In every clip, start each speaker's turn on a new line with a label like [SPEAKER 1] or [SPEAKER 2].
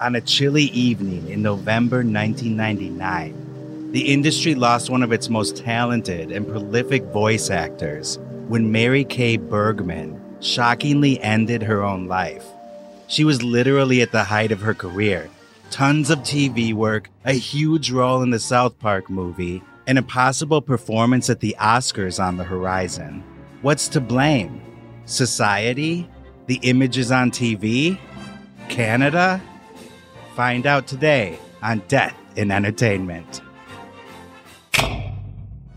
[SPEAKER 1] On a chilly evening in November 1999, the industry lost one of its most talented and prolific voice actors when Mary Kay Bergman shockingly ended her own life. She was literally at the height of her career. Tons of TV work, a huge role in the South Park movie, and a possible performance at the Oscars on the horizon. What's to blame? Society? The images on TV? Canada? Find out today on Death in Entertainment.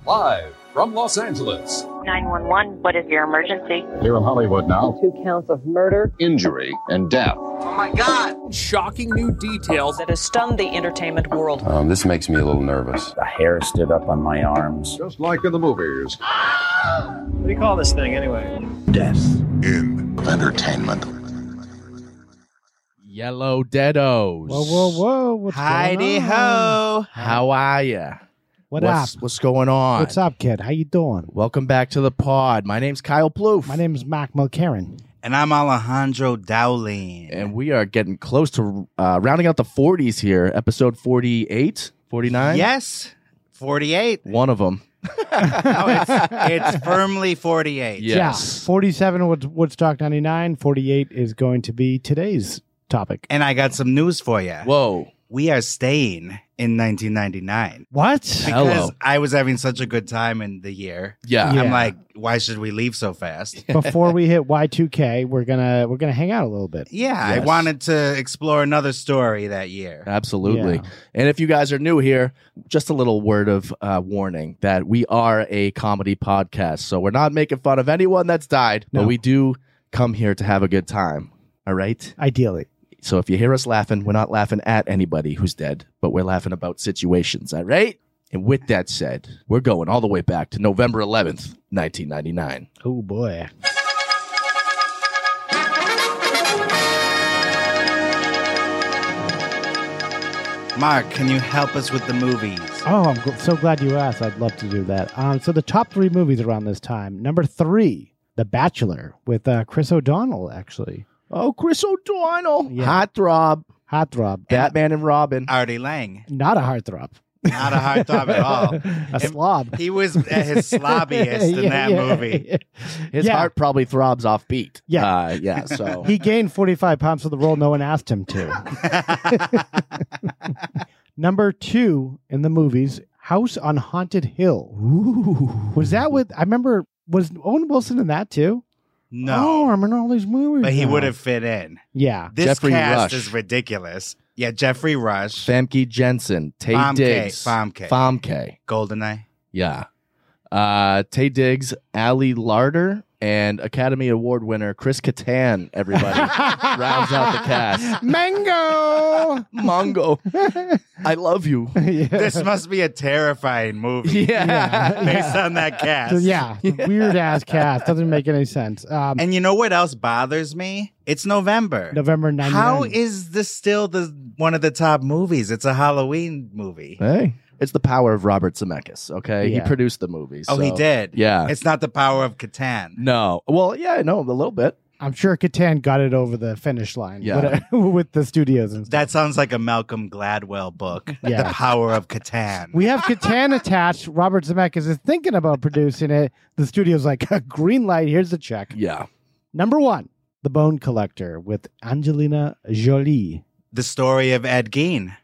[SPEAKER 2] Live from Los Angeles.
[SPEAKER 3] 911, what is your emergency?
[SPEAKER 2] Here in Hollywood now.
[SPEAKER 4] Two counts of murder,
[SPEAKER 2] Injury and death.
[SPEAKER 5] Oh my God!
[SPEAKER 6] Shocking new details.
[SPEAKER 7] that has stunned the entertainment world.
[SPEAKER 8] Um, this makes me a little nervous.
[SPEAKER 9] The hair stood up on my arms.
[SPEAKER 2] Just like in the movies.
[SPEAKER 10] What do you call this thing anyway?
[SPEAKER 9] Death.
[SPEAKER 11] in entertainment.
[SPEAKER 12] Yellow Deados.
[SPEAKER 13] Whoa, whoa, whoa! What's
[SPEAKER 1] Heidi
[SPEAKER 13] going on?
[SPEAKER 1] ho!
[SPEAKER 12] How are ya?
[SPEAKER 13] What
[SPEAKER 12] what's,
[SPEAKER 13] up?
[SPEAKER 12] What's going on?
[SPEAKER 13] What's up, kid? How you doing?
[SPEAKER 12] Welcome back to the pod. My name's Kyle Plouffe.
[SPEAKER 13] My name's Mac Mulcairn.
[SPEAKER 1] And I'm Alejandro Dowling.
[SPEAKER 12] and we are getting close to uh, rounding out the 40s here. Episode 48, 49?
[SPEAKER 1] Yes, 48.
[SPEAKER 12] One of them.
[SPEAKER 1] No, it's, it's firmly 48.
[SPEAKER 12] Yes.
[SPEAKER 13] Yeah. Forty-seven was Woodstock ninety-nine. Forty-eight is going to be today's topic.
[SPEAKER 1] And I got some news for you.
[SPEAKER 12] Whoa.
[SPEAKER 1] we are staying in 1999
[SPEAKER 13] What?
[SPEAKER 1] because
[SPEAKER 12] Hello.
[SPEAKER 1] I was having such a good time in the year.
[SPEAKER 12] Yeah.
[SPEAKER 13] Yeah.
[SPEAKER 1] I'm like, why should we leave so fast?
[SPEAKER 13] Before we hit Y two K, we're gonna we're gonna hang out a little bit.
[SPEAKER 1] Yeah, I
[SPEAKER 12] Yes.
[SPEAKER 1] wanted to explore another story that year.
[SPEAKER 12] Absolutely.
[SPEAKER 13] Yeah.
[SPEAKER 12] And if you guys are new here, just a little word of uh, warning that we are a comedy podcast. So we're not making fun of anyone that's died,
[SPEAKER 13] No.
[SPEAKER 12] but we do come here to have a good time. All right.
[SPEAKER 13] Ideally,
[SPEAKER 12] So if you hear us laughing, we're not laughing at anybody who's dead, but we're laughing about situations. All right. And with that said, we're going all the way back to November 11th, 1999.
[SPEAKER 13] oh boy,
[SPEAKER 1] Mark, can you help us with the movies?
[SPEAKER 13] oh, I'm gl- so glad you asked. I'd love to do that. Um, so the top three movies around this time. Number three, The Bachelor, with uh, Chris O'Donnell, actually.
[SPEAKER 12] Oh, Chris O'Donnell.
[SPEAKER 13] Yeah.
[SPEAKER 12] Hot throb.
[SPEAKER 13] Heartthrob,
[SPEAKER 12] Batman and Robin.
[SPEAKER 1] Artie Lang,
[SPEAKER 13] not a heartthrob,
[SPEAKER 1] not a hard thought at all.
[SPEAKER 13] a
[SPEAKER 1] It-
[SPEAKER 13] slob.
[SPEAKER 1] He was at his slobbiest in
[SPEAKER 13] Yeah,
[SPEAKER 1] that
[SPEAKER 13] yeah,
[SPEAKER 1] movie.
[SPEAKER 13] yeah.
[SPEAKER 12] His
[SPEAKER 13] Yeah.
[SPEAKER 12] heart probably throbs off beat.
[SPEAKER 13] Yeah.
[SPEAKER 12] Uh, yeah. So
[SPEAKER 13] He gained 45 pounds for the role no one asked him to. Number two in the movies, House on Haunted Hill. Was that with, I remember, was Owen Wilson in that too? Oh, I
[SPEAKER 1] No,
[SPEAKER 13] remember all these movies.
[SPEAKER 1] but he
[SPEAKER 13] now.
[SPEAKER 1] would have fit in.
[SPEAKER 13] Yeah.
[SPEAKER 1] This
[SPEAKER 12] Jeffrey
[SPEAKER 1] cast
[SPEAKER 12] Rush.
[SPEAKER 1] is ridiculous. Yeah, Jeffrey Rush,
[SPEAKER 12] Famke Jensen, Tay
[SPEAKER 1] Famke,
[SPEAKER 12] Diggs,
[SPEAKER 1] Famke.
[SPEAKER 12] Famke,
[SPEAKER 1] Goldeneye.
[SPEAKER 12] yeah, uh, Tay Diggs, Ali Larder, and Academy Award winner Chris Kattan. Everybody rounds out the cast.
[SPEAKER 13] Mango!
[SPEAKER 12] Mongo, I love you.
[SPEAKER 13] yeah.
[SPEAKER 1] This must be a terrifying movie.
[SPEAKER 12] Yeah.
[SPEAKER 1] based on that
[SPEAKER 13] So,
[SPEAKER 1] cast.
[SPEAKER 13] yeah, weird ass cast. Doesn't make any sense. Um,
[SPEAKER 1] And you know what else bothers me? It's November.
[SPEAKER 13] November 99.
[SPEAKER 1] How is this still the one of the top movies? It's a Halloween movie.
[SPEAKER 12] Hey, it's the power of Robert Zemeckis. Okay, he
[SPEAKER 13] Yeah.
[SPEAKER 12] produced the movie.
[SPEAKER 1] oh, he
[SPEAKER 12] so-
[SPEAKER 1] did.
[SPEAKER 12] Yeah.
[SPEAKER 1] It's not the power of Catan.
[SPEAKER 12] No, well, yeah, I know a little bit.
[SPEAKER 13] I'm sure Catan got it over the finish line
[SPEAKER 12] Yeah.
[SPEAKER 13] what- with the studios and stuff.
[SPEAKER 1] That sounds like a Malcolm Gladwell book.
[SPEAKER 13] Yeah.
[SPEAKER 1] The power of Catan.
[SPEAKER 13] We have Catan attached. Robert Zemeckis is thinking about producing it. The studio's like, green light, here's the check.
[SPEAKER 12] Yeah,
[SPEAKER 13] Number one, The Bone Collector with Angelina Jolie.
[SPEAKER 1] the story of Ed Gein.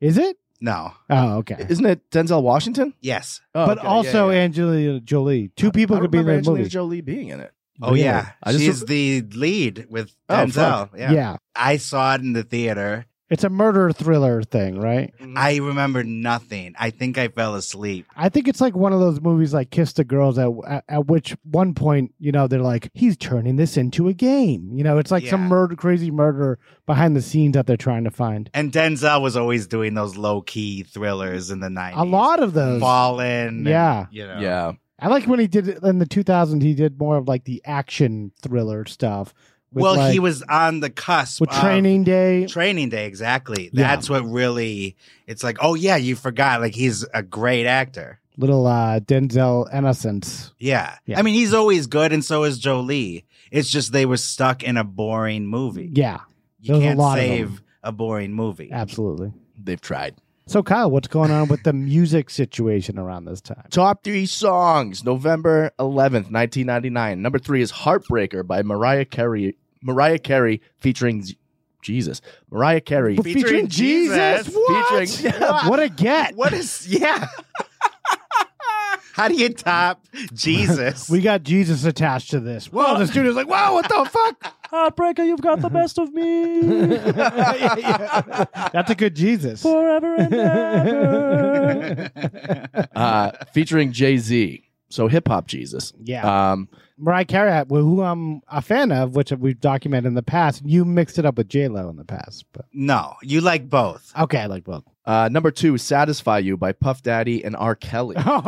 [SPEAKER 13] Is it?
[SPEAKER 1] No.
[SPEAKER 13] Oh, okay.
[SPEAKER 12] isn't it Denzel Washington?
[SPEAKER 1] Yes.
[SPEAKER 12] Oh,
[SPEAKER 13] but
[SPEAKER 12] okay, yeah,
[SPEAKER 13] also
[SPEAKER 12] yeah.
[SPEAKER 13] Angelina Jolie. Two people
[SPEAKER 12] I
[SPEAKER 13] could be in
[SPEAKER 12] remember
[SPEAKER 13] the
[SPEAKER 12] Angelina
[SPEAKER 13] movie.
[SPEAKER 12] Jolie being in it.
[SPEAKER 1] Oh
[SPEAKER 13] Really?
[SPEAKER 1] yeah.
[SPEAKER 12] I just-
[SPEAKER 1] She's the lead with
[SPEAKER 12] Oh,
[SPEAKER 1] Denzel.
[SPEAKER 12] fuck.
[SPEAKER 1] yeah.
[SPEAKER 13] yeah.
[SPEAKER 1] I saw it in the theater.
[SPEAKER 13] It's a murder thriller thing, right?
[SPEAKER 1] I remember nothing. I think I fell asleep.
[SPEAKER 13] I think it's like one of those movies like Kiss the Girls at, at, at which one point, you know, they're like, he's turning this into a game. You know, it's like
[SPEAKER 1] Yeah.
[SPEAKER 13] some murder, crazy murder behind the scenes that they're trying to find.
[SPEAKER 1] And Denzel was always doing those low key thrillers in the 90s.
[SPEAKER 13] A lot of those.
[SPEAKER 1] Fallen. and,
[SPEAKER 13] Yeah.
[SPEAKER 1] you know.
[SPEAKER 12] Yeah.
[SPEAKER 13] I like when he did it in the 2000s. He did more of like the action thriller stuff. with,
[SPEAKER 1] Well, he
[SPEAKER 13] like-
[SPEAKER 1] was uh, on the cusp
[SPEAKER 13] with
[SPEAKER 1] of
[SPEAKER 13] Training Day.
[SPEAKER 1] Training Day, exactly.
[SPEAKER 13] Yeah.
[SPEAKER 1] That's what really. It's like, oh yeah, you forgot. Like he's a great actor.
[SPEAKER 13] little uh, Denzel Innocence.
[SPEAKER 1] Yeah.
[SPEAKER 13] Yeah.
[SPEAKER 1] I mean, he's always good, and so is Jolie. It's just they were stuck in a boring movie.
[SPEAKER 13] Yeah,
[SPEAKER 1] you
[SPEAKER 13] there's a
[SPEAKER 1] can't
[SPEAKER 13] lot of
[SPEAKER 1] save a boring movie.
[SPEAKER 13] Absolutely.
[SPEAKER 12] They've tried.
[SPEAKER 13] So, Kyle, what's going on with the music situation around this time?
[SPEAKER 12] Top three songs, November 11th, 1999. Number three is Heartbreaker by Mariah Carey. Mariah Carey featuring Z- Jesus. Mariah Carey
[SPEAKER 13] But featuring Jesus? What?
[SPEAKER 12] Featuring,
[SPEAKER 13] What a get.
[SPEAKER 1] What is yeah? How do you top Jesus?
[SPEAKER 13] We got Jesus attached to this. Whoa, the studio's like, whoa, what the fuck?
[SPEAKER 10] Heartbreaker, you've got the best of me
[SPEAKER 13] Yeah, yeah. That's a good Jesus.
[SPEAKER 10] forever and ever.
[SPEAKER 12] uh, featuring Jay Z. So hip hop Jesus.
[SPEAKER 13] Yeah.
[SPEAKER 12] Um,
[SPEAKER 13] Mariah Carey, who who I'm a fan of, which we've documented in the past. You mixed it up with J-Lo in the past. but
[SPEAKER 1] no, you like both.
[SPEAKER 13] Okay, I like both.
[SPEAKER 12] uh, number two, is Satisfy You by Puff Daddy and R. Kelly.
[SPEAKER 13] Oh,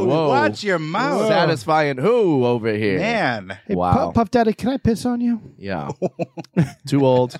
[SPEAKER 12] hey, whoa.
[SPEAKER 1] Watch your mouth,
[SPEAKER 12] Satisfying who over here?
[SPEAKER 1] man.
[SPEAKER 13] Hey,
[SPEAKER 12] Wow.
[SPEAKER 13] Puff, Puff Daddy, can I piss on you?
[SPEAKER 12] Yeah. Too old.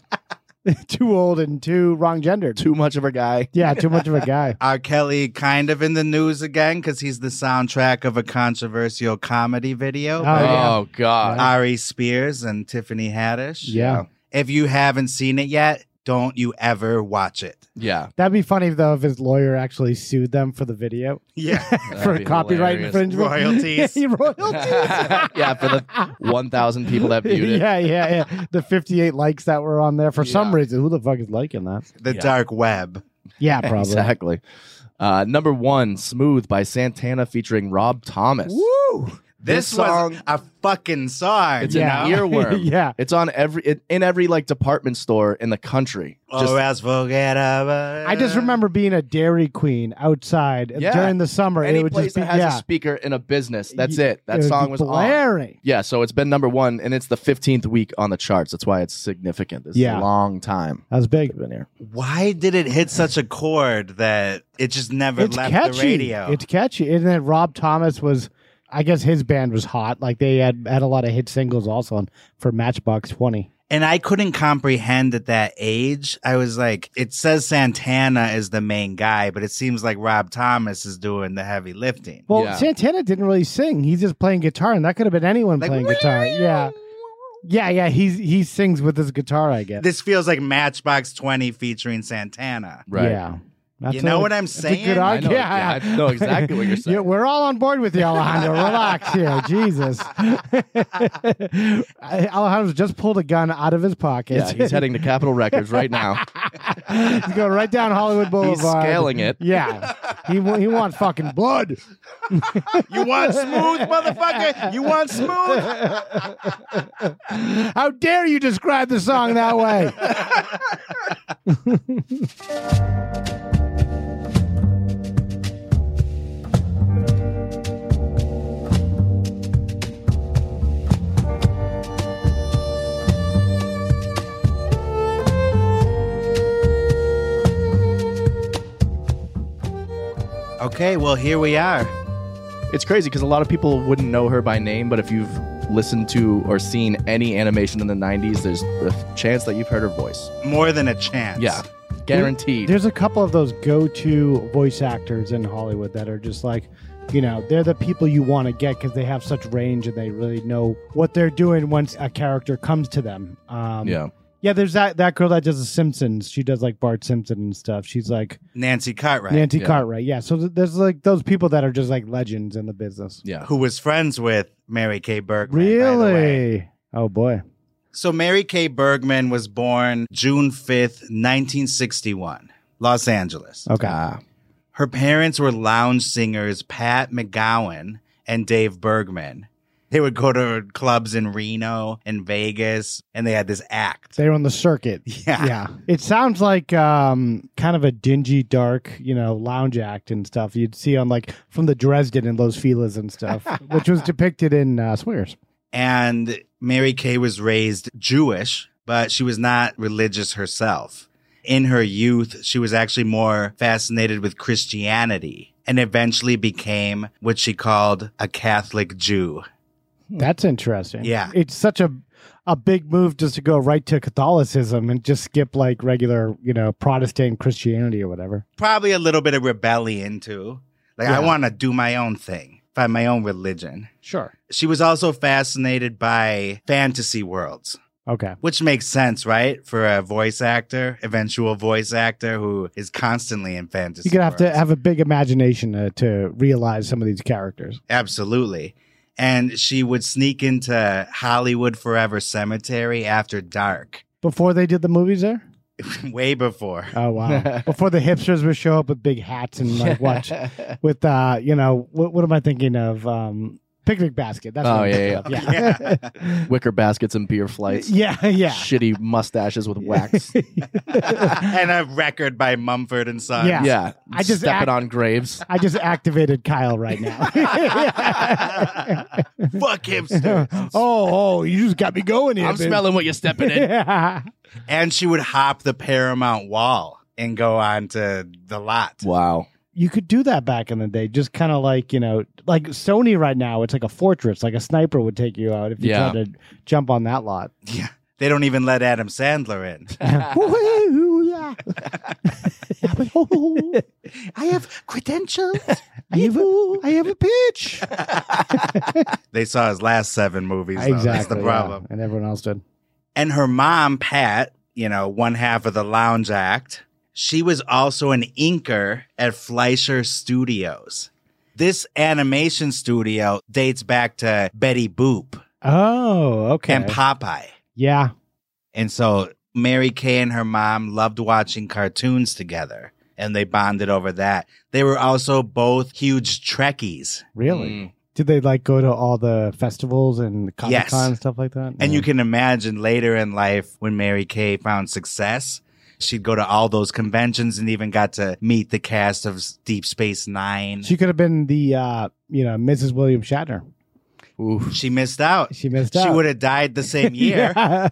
[SPEAKER 13] too old and too wrong gendered.
[SPEAKER 12] Too much of a guy.
[SPEAKER 13] Yeah, too much of a guy.
[SPEAKER 1] R. Kelly kind of in the news again because he's the soundtrack of a controversial comedy video.
[SPEAKER 13] Oh,
[SPEAKER 1] by
[SPEAKER 13] yeah.
[SPEAKER 12] Oh God.
[SPEAKER 1] Ari Spears and Tiffany Haddish.
[SPEAKER 13] Yeah.
[SPEAKER 1] If you haven't seen it yet, don't you ever watch it.
[SPEAKER 12] Yeah.
[SPEAKER 13] That'd be funny though if his lawyer actually sued them for the video
[SPEAKER 1] Yeah.
[SPEAKER 13] for
[SPEAKER 12] be
[SPEAKER 13] copyright
[SPEAKER 12] hilarious.
[SPEAKER 13] infringement. Oh,
[SPEAKER 1] Royalties.
[SPEAKER 13] Yeah, royalties.
[SPEAKER 12] yeah, for the one thousand people that viewed it.
[SPEAKER 13] yeah, yeah, yeah. The 58 likes that were on there for some
[SPEAKER 12] Yeah.
[SPEAKER 13] reason. Who the fuck is liking that?
[SPEAKER 1] the
[SPEAKER 12] Yeah.
[SPEAKER 1] dark web.
[SPEAKER 13] Yeah, probably.
[SPEAKER 12] Exactly. Uh, number one, "Smooth" by Santana featuring Rob Thomas.
[SPEAKER 13] Woo!
[SPEAKER 1] This,
[SPEAKER 12] This
[SPEAKER 1] was
[SPEAKER 12] song-
[SPEAKER 1] a fucking song.
[SPEAKER 12] It's
[SPEAKER 1] you
[SPEAKER 13] Yeah.
[SPEAKER 12] an
[SPEAKER 1] know?
[SPEAKER 12] earworm.
[SPEAKER 13] Yeah.
[SPEAKER 12] it's on every it, in every like department store in the country.
[SPEAKER 13] Oh,
[SPEAKER 12] Just-
[SPEAKER 1] or else forget about
[SPEAKER 13] I just
[SPEAKER 1] it.
[SPEAKER 13] remember being a Dairy Queen outside
[SPEAKER 12] Uh, Yeah.
[SPEAKER 13] during the summer.
[SPEAKER 12] any
[SPEAKER 13] it would
[SPEAKER 12] place
[SPEAKER 13] just be
[SPEAKER 12] that has
[SPEAKER 13] yeah.
[SPEAKER 12] a speaker in a business. That's
[SPEAKER 13] Y-
[SPEAKER 12] it. That
[SPEAKER 13] would
[SPEAKER 12] song
[SPEAKER 13] be
[SPEAKER 12] was on.
[SPEAKER 13] blaring.
[SPEAKER 12] Yeah, so it's been number one, and it's the fifteenth week on the charts. That's why it's significant. This
[SPEAKER 13] Yeah.
[SPEAKER 12] is a long time.
[SPEAKER 13] That was big.
[SPEAKER 12] Been here.
[SPEAKER 1] Why did it hit such a chord that it just never
[SPEAKER 13] It's
[SPEAKER 1] left the
[SPEAKER 13] catchy.
[SPEAKER 1] radio?
[SPEAKER 13] It's catchy. And then Rob Thomas was, I guess his band was hot. Like they had had a lot of hit singles also on, for Matchbox Twenty.
[SPEAKER 1] and I couldn't comprehend at that age. I was like, it says Santana is the main guy, but it seems like Rob Thomas is doing the heavy lifting.
[SPEAKER 13] Well,
[SPEAKER 12] Yeah.
[SPEAKER 13] Santana didn't really sing. He's just playing guitar, and that could have been anyone
[SPEAKER 1] Like,
[SPEAKER 13] playing guitar. Yeah, yeah, yeah. He's he sings with his guitar. I guess.
[SPEAKER 1] This feels like Matchbox 20 featuring Santana.
[SPEAKER 12] Right.
[SPEAKER 13] Yeah. That's
[SPEAKER 1] You know
[SPEAKER 13] a-
[SPEAKER 1] what I'm
[SPEAKER 13] that's A
[SPEAKER 1] saying?
[SPEAKER 13] good
[SPEAKER 1] I
[SPEAKER 13] arg-
[SPEAKER 12] know-
[SPEAKER 13] yeah.
[SPEAKER 12] yeah, I know exactly what you're
[SPEAKER 13] Yeah,
[SPEAKER 12] saying.
[SPEAKER 13] we're all on board with you, Alejandro. Relax here, Jesus. Alejandro's just pulled a gun out of his pocket.
[SPEAKER 12] Yeah, he's heading to Capitol Records right now.
[SPEAKER 13] he's going right down Hollywood Boulevard.
[SPEAKER 12] He's scaling it.
[SPEAKER 13] Oh, Yeah, he wa- he wants fucking blood.
[SPEAKER 1] You want smooth, motherfucker? You want smooth?
[SPEAKER 13] How dare you describe the song that way?
[SPEAKER 1] Okay, well, here we are.
[SPEAKER 12] It's crazy because a lot of people wouldn't know her by name, but if you've listened to or seen any animation in the 90s, there's a chance that you've heard her voice.
[SPEAKER 1] More than a chance.
[SPEAKER 12] Yeah, guaranteed.
[SPEAKER 13] There's a couple of those go-to voice actors in Hollywood that are just like, you know, they're the people you want to get because they have such range and they really know what they're doing once a character comes to them. Um,
[SPEAKER 12] yeah.
[SPEAKER 13] yeah. There's that that girl that does the Simpsons. She does like Bart Simpson and stuff. She's like
[SPEAKER 1] Nancy Cartwright,
[SPEAKER 13] Nancy
[SPEAKER 12] yeah.
[SPEAKER 13] Cartwright. Yeah. So th- there's like those people that are just like legends in the business.
[SPEAKER 12] Yeah.
[SPEAKER 1] who was friends with Mary Kay Bergman. by the way.
[SPEAKER 13] Really? Oh boy.
[SPEAKER 1] So Mary Kay Bergman was born June 5th, 1961, Los Angeles.
[SPEAKER 13] Okay.
[SPEAKER 12] Ah,
[SPEAKER 1] Her parents were lounge singers Pat McGowan and Dave Bergman. They would go to clubs in Reno and Vegas, and they had this act.
[SPEAKER 13] They're on the circuit.
[SPEAKER 1] Yeah.
[SPEAKER 13] yeah. It sounds like um, kind of a dingy, dark, you know, lounge act and stuff you'd see on like from the Dresden and Los Feliz and stuff, which was depicted in uh, Swingers.
[SPEAKER 1] And Mary Kay was raised Jewish, but she was not religious herself. In her youth, she was actually more fascinated with Christianity and eventually became what she called a Catholic Jew.
[SPEAKER 13] That's interesting.
[SPEAKER 1] Yeah.
[SPEAKER 13] It's such a a big move just to go right to Catholicism and just skip like regular, you know, Protestant Christianity or whatever.
[SPEAKER 1] probably a little bit of rebellion too. Like I
[SPEAKER 13] Yeah.
[SPEAKER 1] want to do my own thing, find my own religion.
[SPEAKER 13] Sure.
[SPEAKER 1] She was also fascinated by fantasy worlds.
[SPEAKER 13] Okay.
[SPEAKER 1] Which makes sense, right? For a voice actor, eventual voice actor who is constantly in fantasy.
[SPEAKER 13] You're gonna have to
[SPEAKER 1] worlds.
[SPEAKER 13] have a big imagination uh, to realize some of these characters.
[SPEAKER 1] Absolutely. And she would sneak into Hollywood Forever Cemetery after dark,
[SPEAKER 13] Before they did the movies, there.
[SPEAKER 1] way before.
[SPEAKER 13] Oh wow! Before the hipsters would show up with big hats and like watch with uh, you know, what, what am I thinking of? Um, picnic basket. That's
[SPEAKER 12] Oh,
[SPEAKER 13] what I'm
[SPEAKER 12] yeah,
[SPEAKER 13] thinking of. yeah,
[SPEAKER 12] Wicker baskets and beer flights.
[SPEAKER 13] yeah, yeah.
[SPEAKER 12] Shitty mustaches with wax.
[SPEAKER 1] and a record by Mumford and Sons.
[SPEAKER 13] Yeah.
[SPEAKER 12] yeah.
[SPEAKER 13] I just
[SPEAKER 12] stepping
[SPEAKER 13] act-
[SPEAKER 12] on graves.
[SPEAKER 13] I just activated Kyle right now.
[SPEAKER 1] Fuck hipsters.
[SPEAKER 13] oh, you just got me going here.
[SPEAKER 12] I'm smelling what you're stepping in.
[SPEAKER 1] And she would hop the Paramount wall and go on to the lot.
[SPEAKER 12] Wow.
[SPEAKER 13] you could do that back in the day, just kind of like you know, like Sony right now. It's like a fortress. Like a sniper would take you out if you
[SPEAKER 12] Yeah.
[SPEAKER 13] tried to jump on that lot.
[SPEAKER 1] Yeah. They don't even let Adam Sandler in.
[SPEAKER 13] Woo-hoo, yeah.
[SPEAKER 1] I have credentials.
[SPEAKER 13] oh. I have a, I have a pitch.
[SPEAKER 1] they saw his last seven movies. Though.
[SPEAKER 13] exactly.
[SPEAKER 1] That's the
[SPEAKER 13] yeah.
[SPEAKER 1] problem.
[SPEAKER 13] And everyone else did.
[SPEAKER 1] And her mom, Pat, you know, one half of the Lounge Act, she was also an inker at Fleischer Studios. This animation studio dates back to Betty Boop
[SPEAKER 13] Oh, okay.
[SPEAKER 1] and Popeye.
[SPEAKER 13] yeah.
[SPEAKER 1] And so Mary Kay and her mom loved watching cartoons together and they bonded over that. They were also both huge Trekkies.
[SPEAKER 13] Really?
[SPEAKER 1] Mm.
[SPEAKER 13] Did they like go to all the festivals and Comic
[SPEAKER 1] Yes.
[SPEAKER 13] Con and stuff like that?
[SPEAKER 1] And
[SPEAKER 13] Yeah.
[SPEAKER 1] you can imagine later in life when Mary Kay found success, she'd go to all those conventions and even got to meet the cast of S- Deep Space Nine. She,
[SPEAKER 13] She could have been the uh, you know Mrs. William Shatner.
[SPEAKER 12] Mm. Oof.
[SPEAKER 1] missed out.
[SPEAKER 13] She missed out.
[SPEAKER 1] She would have died the same year.
[SPEAKER 13] yeah.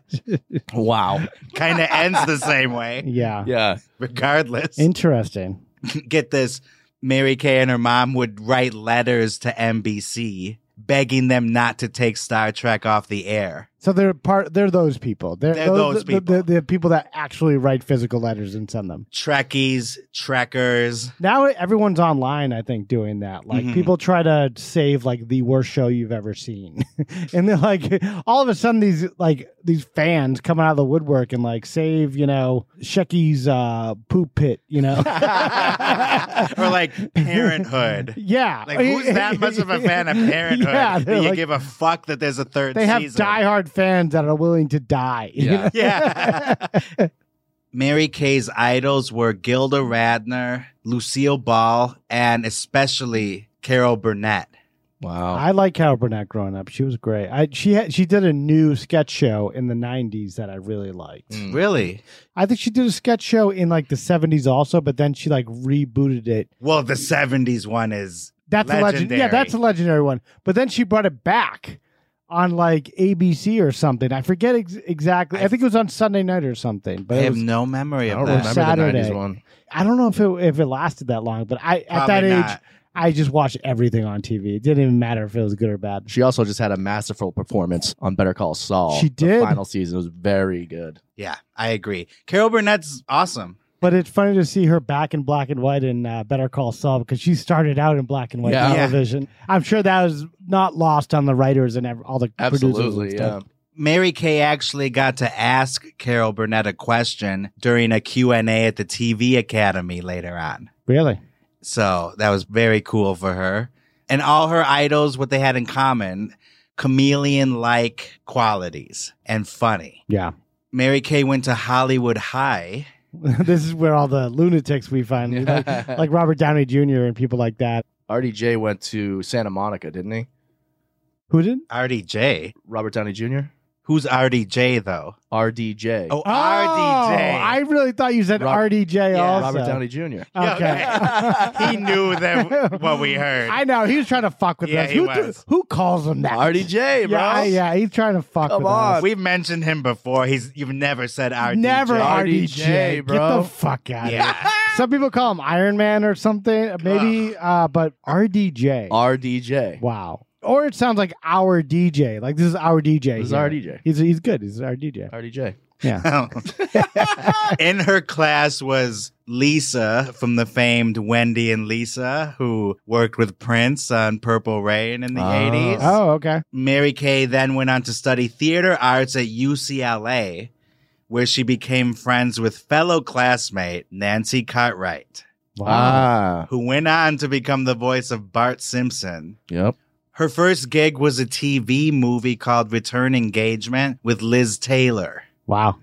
[SPEAKER 12] Wow.
[SPEAKER 1] Kind of ends the same way,
[SPEAKER 13] yeah.
[SPEAKER 12] Yeah.
[SPEAKER 1] regardless.
[SPEAKER 13] Interesting.
[SPEAKER 1] Get this Mary Kay and her mom would write letters to NBC begging them not to take Star Trek off the air.
[SPEAKER 13] So they're part. They're those people. They're,
[SPEAKER 1] They're those
[SPEAKER 13] the- The,
[SPEAKER 1] people.
[SPEAKER 13] the people that actually write physical letters and send them.
[SPEAKER 1] Trekkies, Trekkers.
[SPEAKER 13] Now everyone's online. I think doing that. Like
[SPEAKER 1] Mhm.
[SPEAKER 13] people try to save like the worst show you've ever seen, and they're like, all of a sudden these like these fans coming out of the woodwork and like save you know Shecky's uh, poop pit. You know.
[SPEAKER 1] or like Parenthood.
[SPEAKER 13] Yeah.
[SPEAKER 1] Like, who's that much of a fan of Parenthood
[SPEAKER 13] Yeah,
[SPEAKER 1] that
[SPEAKER 13] they're
[SPEAKER 1] you
[SPEAKER 13] like-
[SPEAKER 1] give a fuck that there's a third
[SPEAKER 13] They have
[SPEAKER 1] season?
[SPEAKER 13] diehard fans that are willing to die. you
[SPEAKER 12] Yeah.
[SPEAKER 13] know?
[SPEAKER 1] Yeah. Mary Kay's idols were Gilda Radner, Lucille Ball, and especially Carol Burnett.
[SPEAKER 12] Wow.
[SPEAKER 13] I like Carol Burnett growing up. She was great. I she had, she did a new sketch show in the '90s that I really liked.
[SPEAKER 1] Hmm.
[SPEAKER 12] Mm.
[SPEAKER 1] Really?
[SPEAKER 13] I think she did a sketch show in like the '70s also, but then she like rebooted it.
[SPEAKER 1] Well, the 70s one is
[SPEAKER 13] That's a legend. Yeah,
[SPEAKER 1] Legendary.
[SPEAKER 13] that's a legendary one. But then she brought it back on like ABC or something. I forget ex- exactly. I,
[SPEAKER 1] I-
[SPEAKER 13] think it was on Sunday night or something. But
[SPEAKER 1] I
[SPEAKER 13] it
[SPEAKER 1] have
[SPEAKER 13] was,
[SPEAKER 1] no memory
[SPEAKER 12] I
[SPEAKER 1] of
[SPEAKER 12] don't
[SPEAKER 1] that.
[SPEAKER 12] remember
[SPEAKER 13] Saturday.
[SPEAKER 12] the 90s one.
[SPEAKER 13] I don't know if it if it lasted that long. But I at that
[SPEAKER 1] Probably
[SPEAKER 13] age,
[SPEAKER 1] not.
[SPEAKER 13] I just watched everything on TV. It didn't even matter if it was good or bad.
[SPEAKER 12] She also just had a masterful performance on Better Call Saul.
[SPEAKER 13] She did?
[SPEAKER 12] The final season was very good.
[SPEAKER 1] Yeah, I agree. Carol Burnett's awesome.
[SPEAKER 13] But it's funny to see her back in black and white in uh, Better Call Saul because she started out in black and white
[SPEAKER 12] Yeah.
[SPEAKER 1] Yeah.
[SPEAKER 13] television. I'm sure that was not lost on the writers and ev- all the producers.
[SPEAKER 12] Absolutely.
[SPEAKER 13] and
[SPEAKER 12] Yeah.
[SPEAKER 13] stuff.
[SPEAKER 1] Mary Kay actually got to ask Carol Burnett a question during a Q&A at the TV Academy later on.
[SPEAKER 13] Really?
[SPEAKER 1] So that was very cool for her. And all her idols, what they had in common, chameleon like qualities and funny.
[SPEAKER 13] Yeah.
[SPEAKER 1] Mary Kay went to Hollywood High.
[SPEAKER 13] this is where all the lunatics we find, you know, like Robert Downey Jr. and people like that.
[SPEAKER 12] RDJ went to Santa Monica, didn't he?
[SPEAKER 13] Who did?
[SPEAKER 1] RDJ.
[SPEAKER 12] Robert Downey Jr.
[SPEAKER 1] Who's RDJ though?
[SPEAKER 12] RDJ.
[SPEAKER 1] Oh,
[SPEAKER 13] Oh, I
[SPEAKER 1] RDJ.
[SPEAKER 13] really thought you said
[SPEAKER 12] Rob-
[SPEAKER 13] RDJ also.
[SPEAKER 12] Robert Downey Jr.
[SPEAKER 13] Okay.
[SPEAKER 1] he knew that what we heard.
[SPEAKER 13] I know he was trying to fuck with
[SPEAKER 1] Yeah,
[SPEAKER 13] us.
[SPEAKER 1] he
[SPEAKER 13] who, do-
[SPEAKER 1] was.
[SPEAKER 13] who calls him that?
[SPEAKER 12] RDJ, bro.
[SPEAKER 13] Yeah, I- yeah, he's trying to fuck
[SPEAKER 12] Come
[SPEAKER 13] with us.
[SPEAKER 12] on.
[SPEAKER 1] We've mentioned him before. He's you've never said RDJ.
[SPEAKER 13] Never RDJ,
[SPEAKER 12] RDJ,
[SPEAKER 13] Get
[SPEAKER 12] bro.
[SPEAKER 13] the fuck out of here.
[SPEAKER 1] Yeah.
[SPEAKER 13] Some people call him Iron Man or something, maybe, uh, but RDJ.
[SPEAKER 12] RDJ.
[SPEAKER 13] wow. Or it sounds like our DJ. Like this is our DJ.
[SPEAKER 12] This is
[SPEAKER 13] here.
[SPEAKER 12] our DJ.
[SPEAKER 13] He's he's good. He's our DJ.
[SPEAKER 12] RDJ.
[SPEAKER 13] Yeah.
[SPEAKER 1] In her class was Lisa from the famed Wendy and Lisa, who worked with Prince on Purple Rain in the
[SPEAKER 12] Ah.
[SPEAKER 1] 80s.
[SPEAKER 13] Oh, okay.
[SPEAKER 1] Mary Kay then went on to study theater arts at UCLA, where she became friends with fellow classmate Nancy Cartwright,
[SPEAKER 12] Ah,
[SPEAKER 1] who went on to become the voice of Bart Simpson.
[SPEAKER 12] yep.
[SPEAKER 1] Her first gig was a TV movie called Return Engagement with Liz Taylor.
[SPEAKER 13] Wow.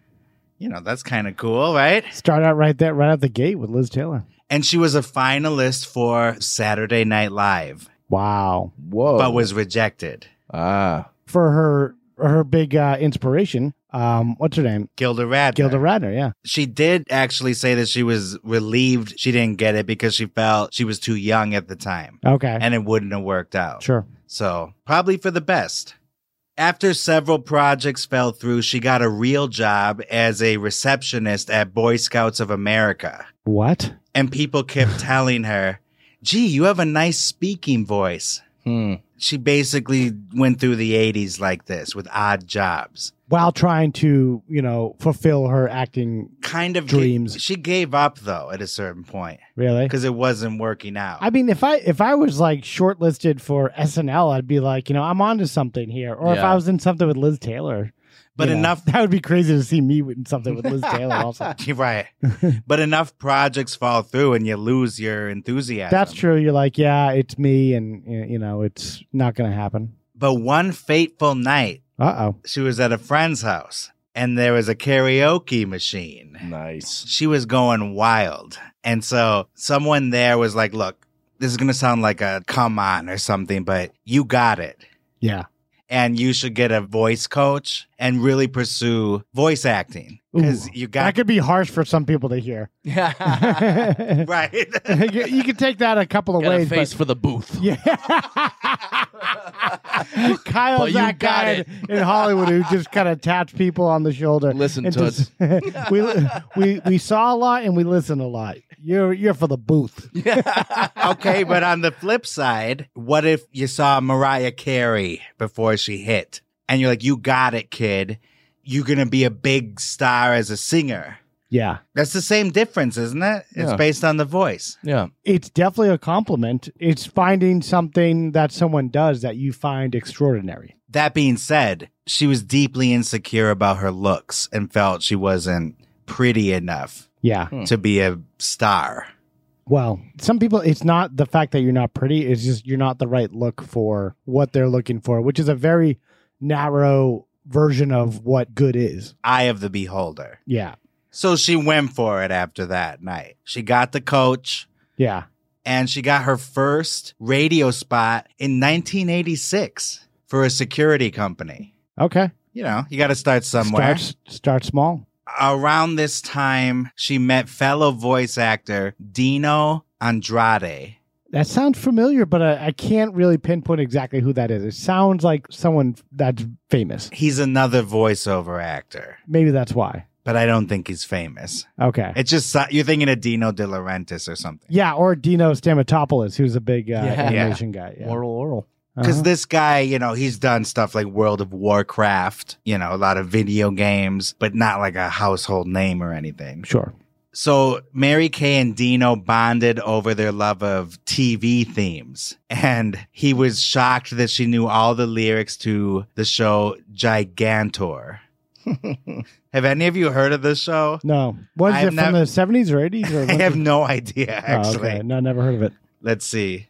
[SPEAKER 1] You know, that's kind of cool, right?
[SPEAKER 13] Start out right there, right out the gate with Liz Taylor.
[SPEAKER 1] And she was a finalist for Saturday Night Live,
[SPEAKER 13] Wow.
[SPEAKER 12] Whoa.
[SPEAKER 1] but was rejected.
[SPEAKER 12] ah.
[SPEAKER 13] For her her big uh, inspiration, um, what's her name?
[SPEAKER 1] Gilda Radner.
[SPEAKER 13] Gilda Radner, yeah.
[SPEAKER 1] She did actually say that she was relieved she didn't get it because she felt she was too young at the time
[SPEAKER 13] Okay.
[SPEAKER 1] and it wouldn't have worked out.
[SPEAKER 13] sure.
[SPEAKER 1] So, probably for the best. After several projects fell through, she got a real job as a receptionist at Boy Scouts of America.
[SPEAKER 13] What?
[SPEAKER 1] And people kept telling her, gee, you have a nice speaking voice.
[SPEAKER 12] Hmm.
[SPEAKER 1] She basically went through the 80s like this with odd jobs.
[SPEAKER 13] While trying to, you know, fulfill her acting
[SPEAKER 1] Kind of
[SPEAKER 13] Dreams.
[SPEAKER 1] she gave up though at a certain point
[SPEAKER 13] really.
[SPEAKER 1] because it wasn't working out.
[SPEAKER 13] I mean, if I if I was like shortlisted for SNL, I'd be like, you know, I'm onto something here. Or if
[SPEAKER 12] Yeah.
[SPEAKER 13] I was in something with Liz Taylor,
[SPEAKER 1] But
[SPEAKER 13] you know,
[SPEAKER 1] enough-
[SPEAKER 13] that would be crazy to see me in something with Liz Taylor. Also,
[SPEAKER 1] You're right. but enough projects fall through and you lose your enthusiasm.
[SPEAKER 13] that's true. You're like, yeah, it's me, and y- you know, it's not going to happen.
[SPEAKER 1] But one fateful night,
[SPEAKER 13] Uh oh.
[SPEAKER 1] she was at a friend's house and there was a karaoke machine.
[SPEAKER 12] Nice.
[SPEAKER 1] She was going wild. And so someone there was like, look, this is going to sound like a come on or something, but you got it.
[SPEAKER 13] Yeah.
[SPEAKER 1] And you should get a voice coach and really pursue voice acting because
[SPEAKER 13] Ooh.
[SPEAKER 1] you got
[SPEAKER 13] That could be harsh for some people to hear. you,
[SPEAKER 1] right.
[SPEAKER 13] you can take that a couple of
[SPEAKER 12] Got a
[SPEAKER 13] ways.
[SPEAKER 12] face
[SPEAKER 13] but-
[SPEAKER 12] for the booth.
[SPEAKER 13] yeah.
[SPEAKER 12] But
[SPEAKER 13] Kyle's
[SPEAKER 12] you
[SPEAKER 13] that
[SPEAKER 12] got
[SPEAKER 13] guy
[SPEAKER 12] it.
[SPEAKER 13] in- in Hollywood who just kind of taps people on the shoulder.
[SPEAKER 12] Listen,
[SPEAKER 13] and
[SPEAKER 12] Toots.
[SPEAKER 13] just- we we we saw a lot and we listen a lot. You're you're for the booth.
[SPEAKER 1] okay, but on the flip side, what if you saw Mariah Carey before she hit? And you're like, you got it, kid. You're going to be a big star as a singer.
[SPEAKER 13] Yeah.
[SPEAKER 1] That's the same difference, isn't it? It's
[SPEAKER 12] Yeah.
[SPEAKER 1] based on the voice.
[SPEAKER 12] Yeah.
[SPEAKER 13] It's definitely a compliment. It's finding something that someone does that you find extraordinary.
[SPEAKER 1] That being said, she was deeply insecure about her looks and felt she wasn't pretty enough
[SPEAKER 13] Yeah.
[SPEAKER 1] to be a star.
[SPEAKER 13] Well, some people, it's not the fact that you're not pretty. It's just you're not the right look for what they're looking for, which is a very narrow version of what good is.
[SPEAKER 1] Eye of the beholder.
[SPEAKER 13] Yeah.
[SPEAKER 1] So she went for it after that night. She got the coach.
[SPEAKER 13] Yeah.
[SPEAKER 1] and she got her first radio spot in 1986 for a security company.
[SPEAKER 13] Okay.
[SPEAKER 1] You know, you got to start somewhere.
[SPEAKER 13] Start, start small.
[SPEAKER 1] Around this time, she met fellow voice actor Dino Andrade.
[SPEAKER 13] That sounds familiar, but I, I can't really pinpoint exactly who that is. It sounds like someone that's famous.
[SPEAKER 1] He's another voiceover actor,
[SPEAKER 13] Maybe that's why.
[SPEAKER 1] but I don't think he's famous.
[SPEAKER 13] Okay.
[SPEAKER 1] It's just so- you're thinking of Dino De Laurentiis or something.
[SPEAKER 13] Yeah, or Dino Stamatopoulos, who's a big uh,
[SPEAKER 12] Yeah.
[SPEAKER 13] animation guy. Yeah.
[SPEAKER 12] Oral, oral.
[SPEAKER 1] Because
[SPEAKER 13] Uh-huh.
[SPEAKER 1] this guy, you know, he's done stuff like World of Warcraft, you know, a lot of video games, but not like a household name or anything.
[SPEAKER 13] sure.
[SPEAKER 1] So Mary Kay and Dino bonded over their love of TV themes. And he was shocked that she knew all the lyrics to the show Gigantor. have any of you heard of this show?
[SPEAKER 13] No. Was
[SPEAKER 1] I
[SPEAKER 13] it
[SPEAKER 1] have nev-
[SPEAKER 13] from the 70s or 80s? Or Oh,
[SPEAKER 1] I have no idea, actually.
[SPEAKER 13] okay. No, never heard of it.
[SPEAKER 1] Let's see.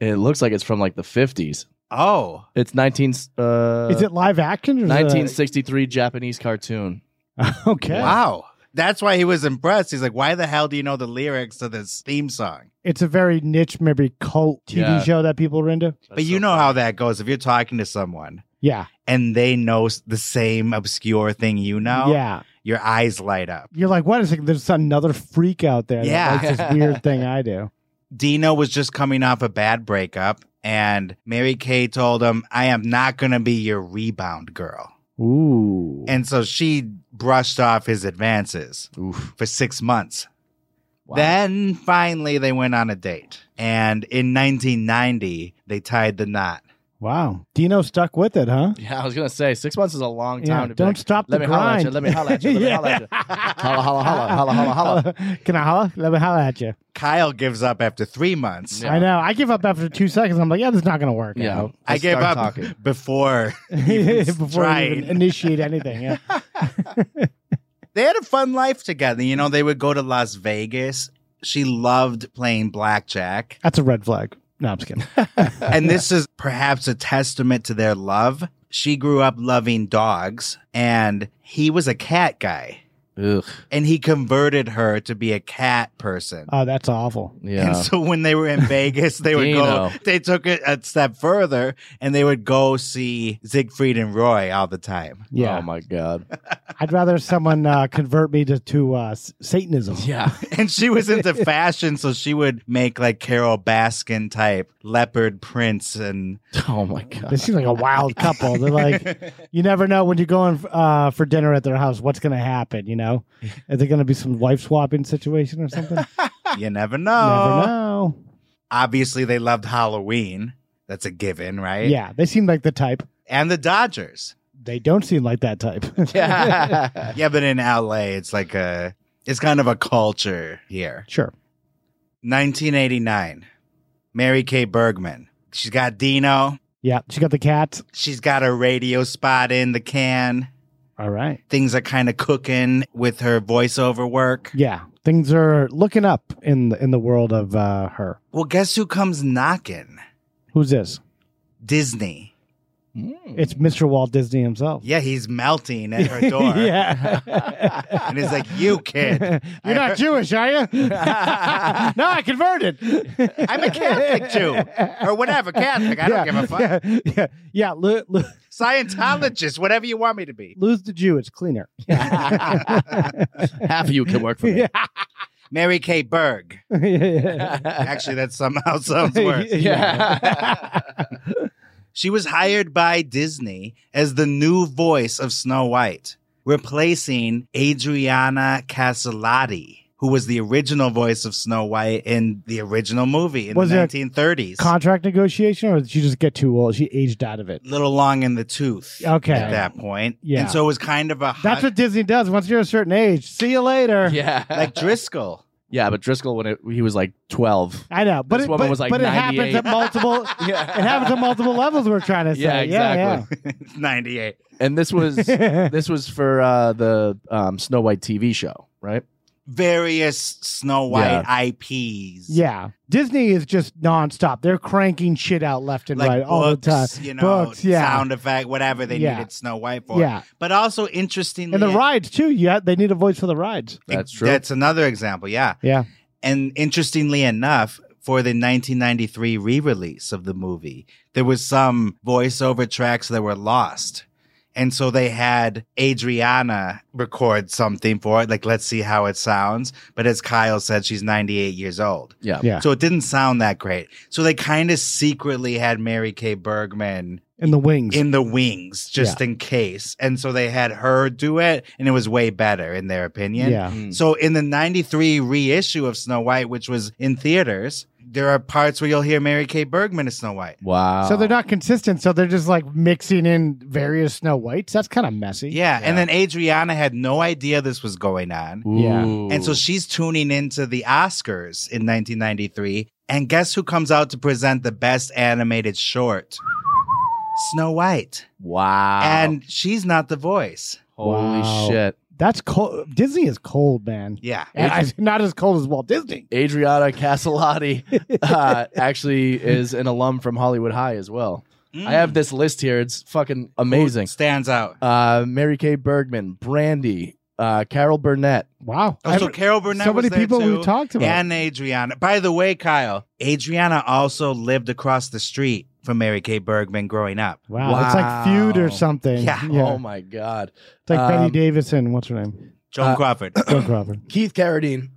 [SPEAKER 12] It looks like it's from like the 50s.
[SPEAKER 1] Oh,
[SPEAKER 12] It's 19 uh
[SPEAKER 13] Is it live action? Or is it a-
[SPEAKER 12] 1963 Japanese cartoon.
[SPEAKER 13] okay.
[SPEAKER 1] wow. That's why he was impressed. He's like, why the hell do you know the lyrics to this theme song?
[SPEAKER 13] It's a very niche, maybe cult TV
[SPEAKER 12] Yeah.
[SPEAKER 13] show that people are into.
[SPEAKER 1] but you know how that goes. If you're talking to someone
[SPEAKER 13] Yeah.
[SPEAKER 1] and they know s- the same obscure thing you know,
[SPEAKER 13] Yeah.
[SPEAKER 1] your eyes light up.
[SPEAKER 13] You're like, what is it? There's another freak out there
[SPEAKER 1] Yeah.
[SPEAKER 13] that likes this weird thing I do.
[SPEAKER 1] Dino was just coming off a bad breakup, and Mary Kay told him, I am not going to be your rebound girl.
[SPEAKER 13] Ooh.
[SPEAKER 1] And so she brushed off his advances
[SPEAKER 12] Oof.
[SPEAKER 1] for six months.
[SPEAKER 12] Wow.
[SPEAKER 1] Then finally, they went on a date. And in 1990, they tied the knot.
[SPEAKER 13] Wow. Dino stuck with it, huh?
[SPEAKER 12] Yeah, I was gonna say six months is a long time.
[SPEAKER 13] Yeah,
[SPEAKER 12] to be
[SPEAKER 13] don't
[SPEAKER 12] like,
[SPEAKER 13] stop
[SPEAKER 12] Let
[SPEAKER 13] the
[SPEAKER 12] me holla at you.
[SPEAKER 13] grind.
[SPEAKER 12] Let me holla at you. Let me holla at you. Holla, holla, holla, holla, holla, holla.
[SPEAKER 13] Can I holla? Let me holla at you.
[SPEAKER 1] Kyle gives up after three months.
[SPEAKER 12] Yeah.
[SPEAKER 13] I know. I give up after two seconds. I'm like, yeah, this is not going to work.
[SPEAKER 12] Yeah,
[SPEAKER 13] out.
[SPEAKER 1] I
[SPEAKER 12] just
[SPEAKER 1] gave
[SPEAKER 12] start
[SPEAKER 1] up
[SPEAKER 12] talking.
[SPEAKER 1] before even
[SPEAKER 13] Before you
[SPEAKER 1] trying.
[SPEAKER 13] even initiate anything. Yeah.
[SPEAKER 1] they had a fun life together. You know, they would go to Las Vegas. She loved playing blackjack.
[SPEAKER 13] That's a red flag. No, I'm just kidding.
[SPEAKER 1] And this is perhaps a testament to their love. She grew up loving dogs, and he was a cat guy.
[SPEAKER 12] Ugh.
[SPEAKER 1] And he converted her to be a cat person.
[SPEAKER 13] Oh, that's awful.
[SPEAKER 12] Yeah.
[SPEAKER 1] And so when they were in Vegas, they would go,
[SPEAKER 12] Dino.
[SPEAKER 1] they took it a step further and they would go see Siegfried and Roy all the time.
[SPEAKER 13] Yeah.
[SPEAKER 12] Oh my god.
[SPEAKER 13] I'd rather someone uh, convert me to, to uh, s- Satanism.
[SPEAKER 12] Yeah.
[SPEAKER 1] And she was into fashion, so she would make like Carol Baskin type leopard prints and
[SPEAKER 12] Oh my god.
[SPEAKER 13] They seem like a wild couple. They're like, you never know when you're going uh, for dinner at their house, what's going to happen, you know? Is it going to be some wife swapping situation or something?
[SPEAKER 1] you never know.
[SPEAKER 13] never know.
[SPEAKER 1] Obviously, they loved Halloween. That's a given, right?
[SPEAKER 13] Yeah, they seem like the type.
[SPEAKER 1] And the Dodgers.
[SPEAKER 13] They don't seem like that type.
[SPEAKER 12] Yeah.
[SPEAKER 1] Yeah, but in LA, it's like a, it's kind of a culture here.
[SPEAKER 13] sure.
[SPEAKER 1] 1989, Mary Kay Bergman. She's got Dino.
[SPEAKER 13] Yeah, she got the cat.
[SPEAKER 1] She's got her radio spot in the can.
[SPEAKER 13] All right.
[SPEAKER 1] Things are kind of cooking with her voiceover work.
[SPEAKER 13] Yeah, things are looking up in the, in the world of uh, her.
[SPEAKER 1] Well, guess who comes knocking?
[SPEAKER 13] Who's this?
[SPEAKER 1] Disney.
[SPEAKER 13] It's Mr. Walt Disney himself.
[SPEAKER 1] Yeah, he's melting at her door.
[SPEAKER 13] yeah.
[SPEAKER 1] And he's like, You kid,
[SPEAKER 13] You're not Jewish, are you? no, I converted.
[SPEAKER 1] I'm a Catholic Jew. Or whatever, Catholic. I don't
[SPEAKER 13] Yeah,
[SPEAKER 1] give a fuck.
[SPEAKER 13] Yeah, yeah, yeah lo- lo-
[SPEAKER 1] Scientologist, whatever you want me to be.
[SPEAKER 13] lose the Jew. It's cleaner.
[SPEAKER 12] Half of you can work for me.
[SPEAKER 1] Mary Kay Berg.
[SPEAKER 13] yeah.
[SPEAKER 1] Actually, that somehow sounds worse. She was hired by Disney as the new voice of Snow White, replacing Adriana Caselotti, who was the original voice of Snow White in the original movie in
[SPEAKER 13] Was
[SPEAKER 1] the
[SPEAKER 13] it a
[SPEAKER 1] 1930s.
[SPEAKER 13] Contract negotiation, or did she just get too old? She aged out of it.
[SPEAKER 1] little long in the tooth
[SPEAKER 13] Okay.
[SPEAKER 1] at that point.
[SPEAKER 13] Yeah.
[SPEAKER 1] And so it was kind of a
[SPEAKER 13] That's
[SPEAKER 1] hot,
[SPEAKER 13] what Disney does. Once you're a certain age, see you later.
[SPEAKER 12] Yeah.
[SPEAKER 1] like Driscoll.
[SPEAKER 12] yeah, but Driscoll when it, he was like 12.
[SPEAKER 13] I know, but
[SPEAKER 12] This
[SPEAKER 13] it,
[SPEAKER 12] woman
[SPEAKER 13] but,
[SPEAKER 12] was like
[SPEAKER 13] but it happens
[SPEAKER 12] 98.
[SPEAKER 13] at multiple.
[SPEAKER 12] Yeah.
[SPEAKER 13] It happens at multiple levels. We're trying to say.
[SPEAKER 12] Yeah, exactly.
[SPEAKER 1] 98.
[SPEAKER 12] And this was
[SPEAKER 13] yeah.
[SPEAKER 12] this was for uh the um Snow White TV show, right?
[SPEAKER 1] Various Snow White IPs.
[SPEAKER 13] Yeah. Disney is just nonstop. They're cranking shit out left and
[SPEAKER 1] Like
[SPEAKER 13] right
[SPEAKER 1] books,
[SPEAKER 13] all the time.
[SPEAKER 1] you know,
[SPEAKER 13] books, yeah.
[SPEAKER 1] sound effect, whatever they
[SPEAKER 13] Yeah.
[SPEAKER 1] needed Snow White for.
[SPEAKER 13] yeah.
[SPEAKER 1] But also interestingly,
[SPEAKER 13] And the rides too. Yeah, they need a voice for the rides.
[SPEAKER 12] That's true.
[SPEAKER 1] That's another example. Yeah.
[SPEAKER 13] Yeah.
[SPEAKER 1] And interestingly enough, for the 1993 re release of the movie, there was some voiceover tracks that were lost. And so they had Adriana record something for it, like, let's see how it sounds. But as Kyle said, she's 98 years old.
[SPEAKER 12] yeah.
[SPEAKER 13] Yeah.
[SPEAKER 1] So it didn't sound that great. So they kind of secretly had Mary Kay Bergman
[SPEAKER 13] And the wings.
[SPEAKER 1] in the wings just in case. And so they had her do it, and it was way better, in their opinion.
[SPEAKER 13] yeah.
[SPEAKER 12] Hmm.
[SPEAKER 1] So in the 93 reissue of Snow White, which was in theaters, there are parts where you'll hear Mary Kay Bergman as Snow White.
[SPEAKER 12] Wow.
[SPEAKER 13] So they're not consistent. So they're just like mixing in various Snow Whites. That's kind of messy.
[SPEAKER 1] Yeah.
[SPEAKER 12] Yeah.
[SPEAKER 1] And then Adriana had no idea this was going on.
[SPEAKER 13] Yeah.
[SPEAKER 12] Ooh.
[SPEAKER 1] And so she's tuning into the Oscars in 1993. And guess who comes out to present the best animated short? Snow White.
[SPEAKER 12] wow.
[SPEAKER 1] And she's not the voice.
[SPEAKER 12] holy
[SPEAKER 13] Wow.
[SPEAKER 12] shit.
[SPEAKER 13] That's cold. Disney is cold, man.
[SPEAKER 1] Yeah.
[SPEAKER 13] And I- not as cold as Walt Disney.
[SPEAKER 12] Adriana Caselotti uh, actually is an alum from Hollywood High as well. I
[SPEAKER 1] Hmm.
[SPEAKER 12] have this list here. It's fucking amazing.
[SPEAKER 1] Who Mm. stands out.
[SPEAKER 12] Uh, Mary Kay Bergman, Brandy, uh, Carol Burnett.
[SPEAKER 13] Wow.
[SPEAKER 1] Oh, so
[SPEAKER 13] Every-
[SPEAKER 1] Carol Burnett
[SPEAKER 13] so
[SPEAKER 1] was
[SPEAKER 13] many
[SPEAKER 1] there
[SPEAKER 13] people
[SPEAKER 1] too,
[SPEAKER 13] we've talked about.
[SPEAKER 1] And Adriana. By the way, Kyle, Adriana also lived across the street from Mary Kay Bergman growing up.
[SPEAKER 13] wow. It's like feud or
[SPEAKER 12] Wow.
[SPEAKER 13] something.
[SPEAKER 1] Yeah.
[SPEAKER 12] Oh my God.
[SPEAKER 13] It's like
[SPEAKER 12] Um,
[SPEAKER 13] Betty Davison. What's her name?
[SPEAKER 1] Joan
[SPEAKER 12] Uh,
[SPEAKER 1] Crawford.
[SPEAKER 13] Joan Crawford.
[SPEAKER 12] Keith Carradine,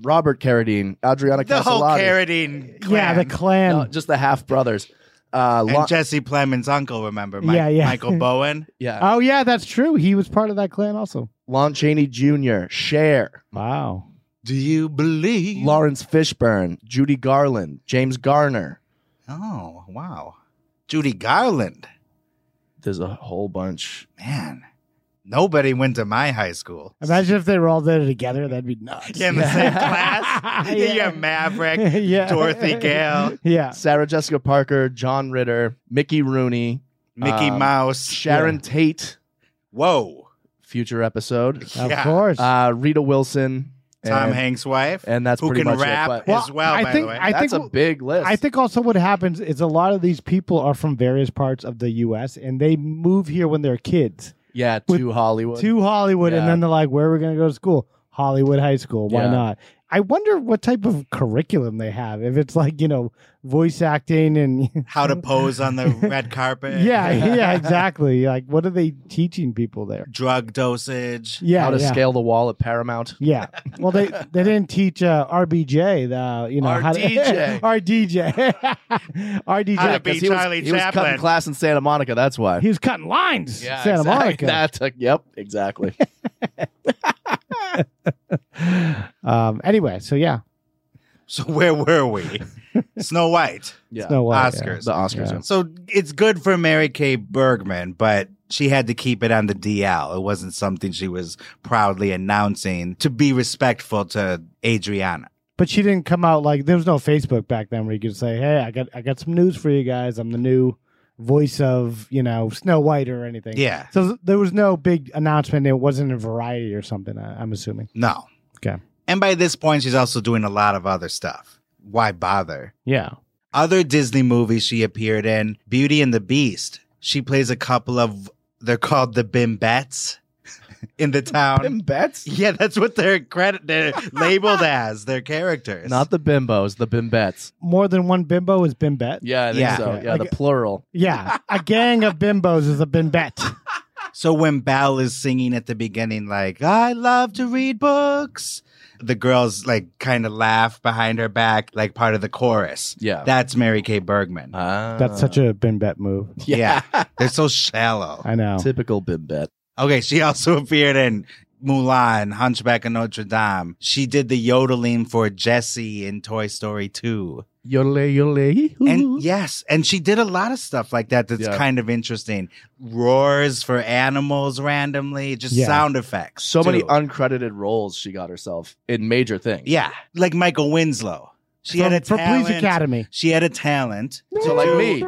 [SPEAKER 12] Robert Carradine, Adriana
[SPEAKER 1] the
[SPEAKER 12] Caselotti.
[SPEAKER 1] whole Carradine clan.
[SPEAKER 13] Yeah, the clan.
[SPEAKER 12] No, just the half brothers. Uh,
[SPEAKER 1] and
[SPEAKER 12] Lon-
[SPEAKER 1] Jesse Plemons' uncle, remember? Mi-
[SPEAKER 13] Yeah, yeah.
[SPEAKER 1] Michael Bowen.
[SPEAKER 12] yeah.
[SPEAKER 13] oh yeah, that's true. He was part of that clan also.
[SPEAKER 12] Lon Chaney Jr., Cher,
[SPEAKER 13] Wow.
[SPEAKER 1] Do you believe?
[SPEAKER 12] Lawrence Fishburne, Judy Garland, James Garner,
[SPEAKER 1] oh, wow. Judy Garland.
[SPEAKER 12] There's a whole bunch.
[SPEAKER 1] Man, nobody went to my high school.
[SPEAKER 13] Imagine if they were all there together. That'd be nuts.
[SPEAKER 1] Yeah, in the same class.
[SPEAKER 13] Yeah.
[SPEAKER 1] You're Maverick,
[SPEAKER 13] yeah.
[SPEAKER 1] Dorothy Gale,
[SPEAKER 13] Yeah.
[SPEAKER 12] Sarah Jessica Parker, John Ritter, Mickey Rooney,
[SPEAKER 1] Mickey
[SPEAKER 12] Um,
[SPEAKER 1] Mouse.
[SPEAKER 12] Sharon Tate,
[SPEAKER 1] Whoa.
[SPEAKER 12] future episode,
[SPEAKER 13] Of
[SPEAKER 1] Yeah.
[SPEAKER 13] course.
[SPEAKER 12] uh, Rita Wilson,
[SPEAKER 1] Tom
[SPEAKER 12] and,
[SPEAKER 1] Hanks' wife.
[SPEAKER 12] and that's
[SPEAKER 1] who
[SPEAKER 12] pretty
[SPEAKER 1] can
[SPEAKER 12] much
[SPEAKER 1] rap.
[SPEAKER 12] it. But
[SPEAKER 13] Well,
[SPEAKER 1] as well,
[SPEAKER 13] I
[SPEAKER 1] by the
[SPEAKER 13] think
[SPEAKER 1] way.
[SPEAKER 13] I
[SPEAKER 12] that's
[SPEAKER 13] think
[SPEAKER 12] a big list.
[SPEAKER 13] I think also what happens is a lot of these people are from various parts of the U.S. and they move here when they're kids
[SPEAKER 12] yeah,
[SPEAKER 13] with-
[SPEAKER 12] to Hollywood.
[SPEAKER 13] to Hollywood, and
[SPEAKER 12] Yeah.
[SPEAKER 13] then they're like, "Where are we going to go to school? Hollywood High School? Why
[SPEAKER 12] Yeah.
[SPEAKER 13] not?" I wonder what type of curriculum they have. If it's like you know voice acting and
[SPEAKER 1] How to pose on the red carpet.
[SPEAKER 13] yeah, yeah, exactly. Like, what are they teaching people there?
[SPEAKER 1] Drug dosage.
[SPEAKER 13] Yeah,
[SPEAKER 12] How to
[SPEAKER 13] yeah.
[SPEAKER 12] scale the wall at Paramount.
[SPEAKER 13] Yeah. Well, they they didn't teach uh, RBJ the you know how to
[SPEAKER 12] RDJ.
[SPEAKER 13] RDJ RDJ.
[SPEAKER 1] How to be
[SPEAKER 12] 'Cause he was-
[SPEAKER 1] Charlie
[SPEAKER 12] he was
[SPEAKER 1] Chaplin.
[SPEAKER 12] cutting class in Santa Monica. That's why.
[SPEAKER 13] He was cutting lines. in Santa
[SPEAKER 12] exactly.
[SPEAKER 13] Monica.
[SPEAKER 12] That's a- yep, exactly.
[SPEAKER 13] um, anyway, so yeah,
[SPEAKER 1] So where were we? Snow White.
[SPEAKER 12] Yeah.
[SPEAKER 13] Snow White.
[SPEAKER 1] Oscars.
[SPEAKER 12] The Oscars.
[SPEAKER 13] Yeah.
[SPEAKER 1] So it's good for Mary Kay Bergman, but she had to keep it on the DL. It wasn't something she was proudly announcing to be respectful to Adriana.
[SPEAKER 13] But she didn't come out like there was no Facebook back then where you could say, "Hey, I got I got some news for you guys. I'm the new voice of you know Snow White or anything."
[SPEAKER 1] Yeah.
[SPEAKER 13] So there was no big announcement. It wasn't a variety or something. I, I'm assuming.
[SPEAKER 1] No.
[SPEAKER 13] Okay.
[SPEAKER 1] And by this point, she's also doing a lot of other stuff. Why bother?
[SPEAKER 13] Yeah.
[SPEAKER 1] Other Disney movies she appeared in Beauty and the Beast. She plays a couple of, they're called the Bimbettes in the town.
[SPEAKER 12] Bim Bets?
[SPEAKER 1] Yeah, that's what they're credit they're labeled as their characters.
[SPEAKER 12] Not the bimbos, the bimbets.
[SPEAKER 13] More than one bimbo is bimbet.
[SPEAKER 12] Yeah, I think
[SPEAKER 1] Yeah.
[SPEAKER 12] so.
[SPEAKER 13] Yeah.
[SPEAKER 12] Yeah, the plural.
[SPEAKER 13] Yeah, a gang of bimbos is a bimbet.
[SPEAKER 1] so when Belle is singing at the beginning, like I love to read books, the girls like kind of laugh behind her back, like part of the chorus.
[SPEAKER 12] Yeah.
[SPEAKER 1] That's Mary Kay Bergman.
[SPEAKER 12] Ah.
[SPEAKER 13] That's such a bimbet move.
[SPEAKER 1] yeah, they're so shallow.
[SPEAKER 13] I know.
[SPEAKER 12] typical bimbet.
[SPEAKER 1] Okay, she also appeared in Mulan, Hunchback of Notre Dame. She did the yodeling for Jessie in Toy Story 2.
[SPEAKER 12] Yole yole.
[SPEAKER 13] Mm-hmm.
[SPEAKER 1] And yes, and she did a lot of stuff like that that's
[SPEAKER 12] Yeah.
[SPEAKER 1] kind of interesting. Roars for animals randomly, just
[SPEAKER 13] Yeah.
[SPEAKER 1] sound effects.
[SPEAKER 12] so many
[SPEAKER 1] too.
[SPEAKER 12] uncredited roles she got herself in major things.
[SPEAKER 1] yeah, like Michael Winslow. She
[SPEAKER 13] From-
[SPEAKER 1] had a
[SPEAKER 13] for
[SPEAKER 1] talent.
[SPEAKER 13] Police Academy.
[SPEAKER 1] She had a talent.
[SPEAKER 12] So like me.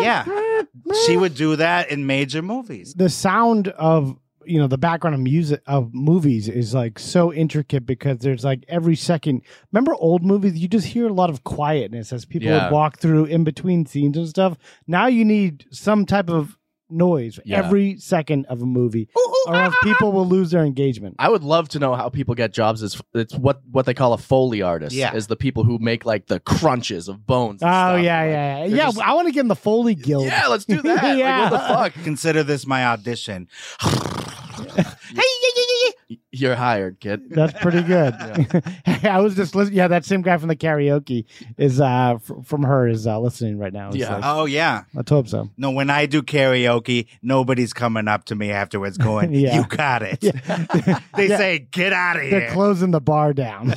[SPEAKER 1] Yeah. She would do that in major movies.
[SPEAKER 13] The sound of you know the background of music of movies is like so intricate because there's like every second. Remember old movies? You just hear a lot of quietness as people
[SPEAKER 12] Yeah.
[SPEAKER 13] would walk through in between scenes and stuff. Now you need some type of noise
[SPEAKER 12] Yeah.
[SPEAKER 13] every second of a movie, or else people will lose their engagement.
[SPEAKER 12] I would love to know how people get jobs. It's, it's what, what they call a foley artist.
[SPEAKER 1] Yeah.
[SPEAKER 12] Is the people who make like the crunches of bones.
[SPEAKER 13] Oh
[SPEAKER 12] and stuff.
[SPEAKER 13] yeah,
[SPEAKER 12] Like,
[SPEAKER 13] yeah, yeah.
[SPEAKER 12] they're
[SPEAKER 13] Yeah,
[SPEAKER 12] just-
[SPEAKER 13] I want to get in the Foley Guild.
[SPEAKER 12] yeah, let's do that. Like, what the fuck?
[SPEAKER 1] Consider this my audition.
[SPEAKER 12] You're hired, kid.
[SPEAKER 13] That's pretty good. I was just listening. Yeah, that same guy from the karaoke is uh fr- from her is uh, listening right now. It's
[SPEAKER 12] Yeah.
[SPEAKER 13] like,
[SPEAKER 1] Oh yeah.
[SPEAKER 13] let's hope so.
[SPEAKER 1] No, when I do karaoke, nobody's coming up to me afterwards going,
[SPEAKER 13] Yeah.
[SPEAKER 1] You got it. They
[SPEAKER 13] Yeah.
[SPEAKER 1] say, Get out of here.
[SPEAKER 13] They're closing the bar down.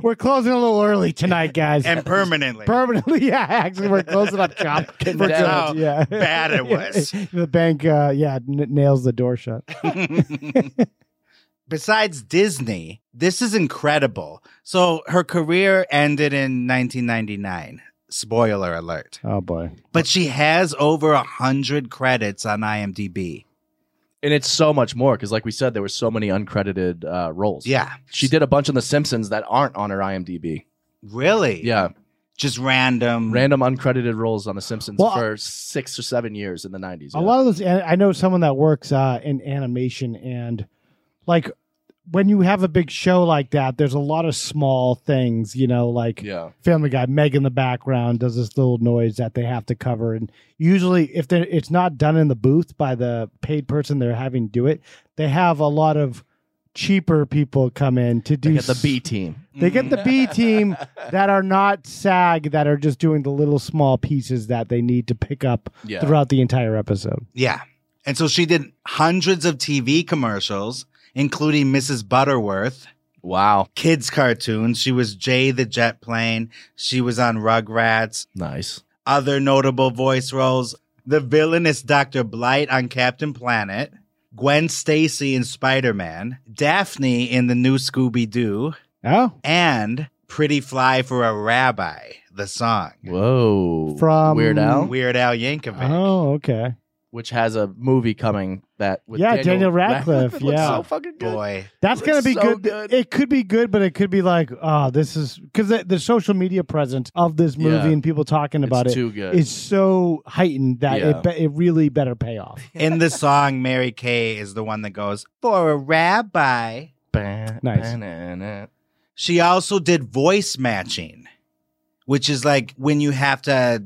[SPEAKER 13] we're closing a little early tonight, guys.
[SPEAKER 1] and permanently.
[SPEAKER 13] Permanently, yeah. Actually, we're closing up shop. for good,
[SPEAKER 1] That's how
[SPEAKER 13] yeah.
[SPEAKER 1] bad it was.
[SPEAKER 13] the bank, uh, yeah, n- nails the door shut.
[SPEAKER 1] Besides Disney, this is incredible. So her career ended in 1999. Spoiler alert.
[SPEAKER 13] Oh boy,
[SPEAKER 1] But she has over a hundred credits on IMDb.
[SPEAKER 12] And it's so much more because, like we said, there were so many uncredited uh, roles.
[SPEAKER 1] Yeah,
[SPEAKER 12] She did a bunch on The Simpsons that aren't on her IMDb.
[SPEAKER 1] really.
[SPEAKER 12] Yeah.
[SPEAKER 13] Mm-hmm.
[SPEAKER 1] just random.
[SPEAKER 12] Random uncredited roles on The Simpsons
[SPEAKER 13] Well,
[SPEAKER 12] for six or seven years in the 90s. yeah.
[SPEAKER 13] a lot of those. I know someone that works uh, in animation and like. When you have a big show like that, there's a lot of small things, you know, like
[SPEAKER 12] Yeah.
[SPEAKER 13] Family Guy, Meg in the background does this little noise that they have to cover, and usually if they're- it's not done in the booth by the paid person they're having do it, they have a lot of cheaper people come in to do.
[SPEAKER 12] Like at the
[SPEAKER 13] s-
[SPEAKER 12] B team.
[SPEAKER 13] They
[SPEAKER 1] Mm-hmm.
[SPEAKER 13] get the B team that are not SAG that are just doing the little small pieces that they need to pick up
[SPEAKER 12] Yeah.
[SPEAKER 13] throughout the entire episode.
[SPEAKER 1] Yeah, and so she did hundreds of TV commercials, including Mrs. Butterworth.
[SPEAKER 12] Wow.
[SPEAKER 1] Kids cartoons. She was Jay the Jet Plane. She was on Rugrats.
[SPEAKER 12] Nice.
[SPEAKER 1] Other notable voice roles the villainous Dr. Blight on Captain Planet, Gwen Stacy in Spider Man, Daphne in the new Scooby Doo,
[SPEAKER 13] Oh,
[SPEAKER 1] and Pretty Fly for a Rabbi, the song.
[SPEAKER 12] Whoa.
[SPEAKER 13] From-
[SPEAKER 12] Weird Al,
[SPEAKER 1] Weird Al Yankovic.
[SPEAKER 13] oh, okay.
[SPEAKER 12] which has a movie coming that with
[SPEAKER 13] Yeah, Daniel Radcliffe,
[SPEAKER 12] It looks
[SPEAKER 13] yeah.
[SPEAKER 12] so fucking good.
[SPEAKER 1] Boy.
[SPEAKER 13] That's
[SPEAKER 12] Looks
[SPEAKER 13] gonna be
[SPEAKER 12] so
[SPEAKER 13] good.
[SPEAKER 12] good.
[SPEAKER 13] It could be good, but it could be like, oh, this is because the, the social media presence of this movie
[SPEAKER 12] Yeah.
[SPEAKER 13] and people talking about
[SPEAKER 12] it's
[SPEAKER 13] it
[SPEAKER 12] too good.
[SPEAKER 13] is so heightened that
[SPEAKER 12] Yeah.
[SPEAKER 13] it be, it really better pay off.
[SPEAKER 1] In the song, Mary Kay is the one that goes, For a Rabbi.
[SPEAKER 13] Nice.
[SPEAKER 12] Nice.
[SPEAKER 1] She also did voice matching, which is like when you have to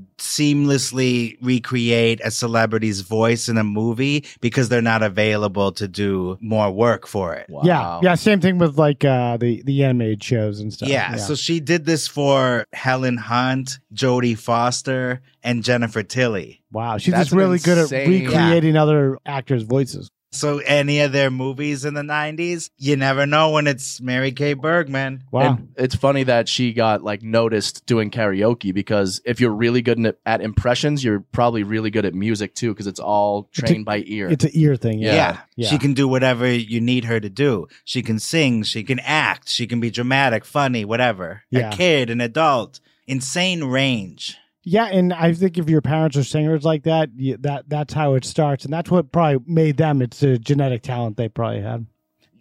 [SPEAKER 1] seamlessly recreate a celebrity's voice in a movie because they're not available to do more work for it.
[SPEAKER 12] Wow.
[SPEAKER 13] Yeah, yeah. Same thing with like uh, the the animated shows and stuff.
[SPEAKER 1] yeah, so she did this for Helen Hunt, Jodie Foster, and Jennifer Tilly.
[SPEAKER 13] wow, she's
[SPEAKER 12] That's
[SPEAKER 13] just really good at
[SPEAKER 12] insane.
[SPEAKER 13] recreating other actors' voices.
[SPEAKER 1] So any of their movies in the 90s, you never know when it's Mary Kay Bergman.
[SPEAKER 13] Wow,
[SPEAKER 12] And it's funny that she got like noticed doing karaoke because if you're really good at, at impressions, you're probably really good at music too because it's all
[SPEAKER 13] a-
[SPEAKER 12] trained by ear.
[SPEAKER 13] it's an ear thing. Yeah,
[SPEAKER 1] Yeah.
[SPEAKER 13] Yeah.
[SPEAKER 1] She can do whatever you need her to do. She can sing, she can act, she can be dramatic, funny, whatever.
[SPEAKER 13] Yeah.
[SPEAKER 1] A kid, an adult, insane range.
[SPEAKER 13] Yeah, and I think if your parents are singers like that, you, that that's how it starts, and that's what probably made them. It's a genetic talent they probably had.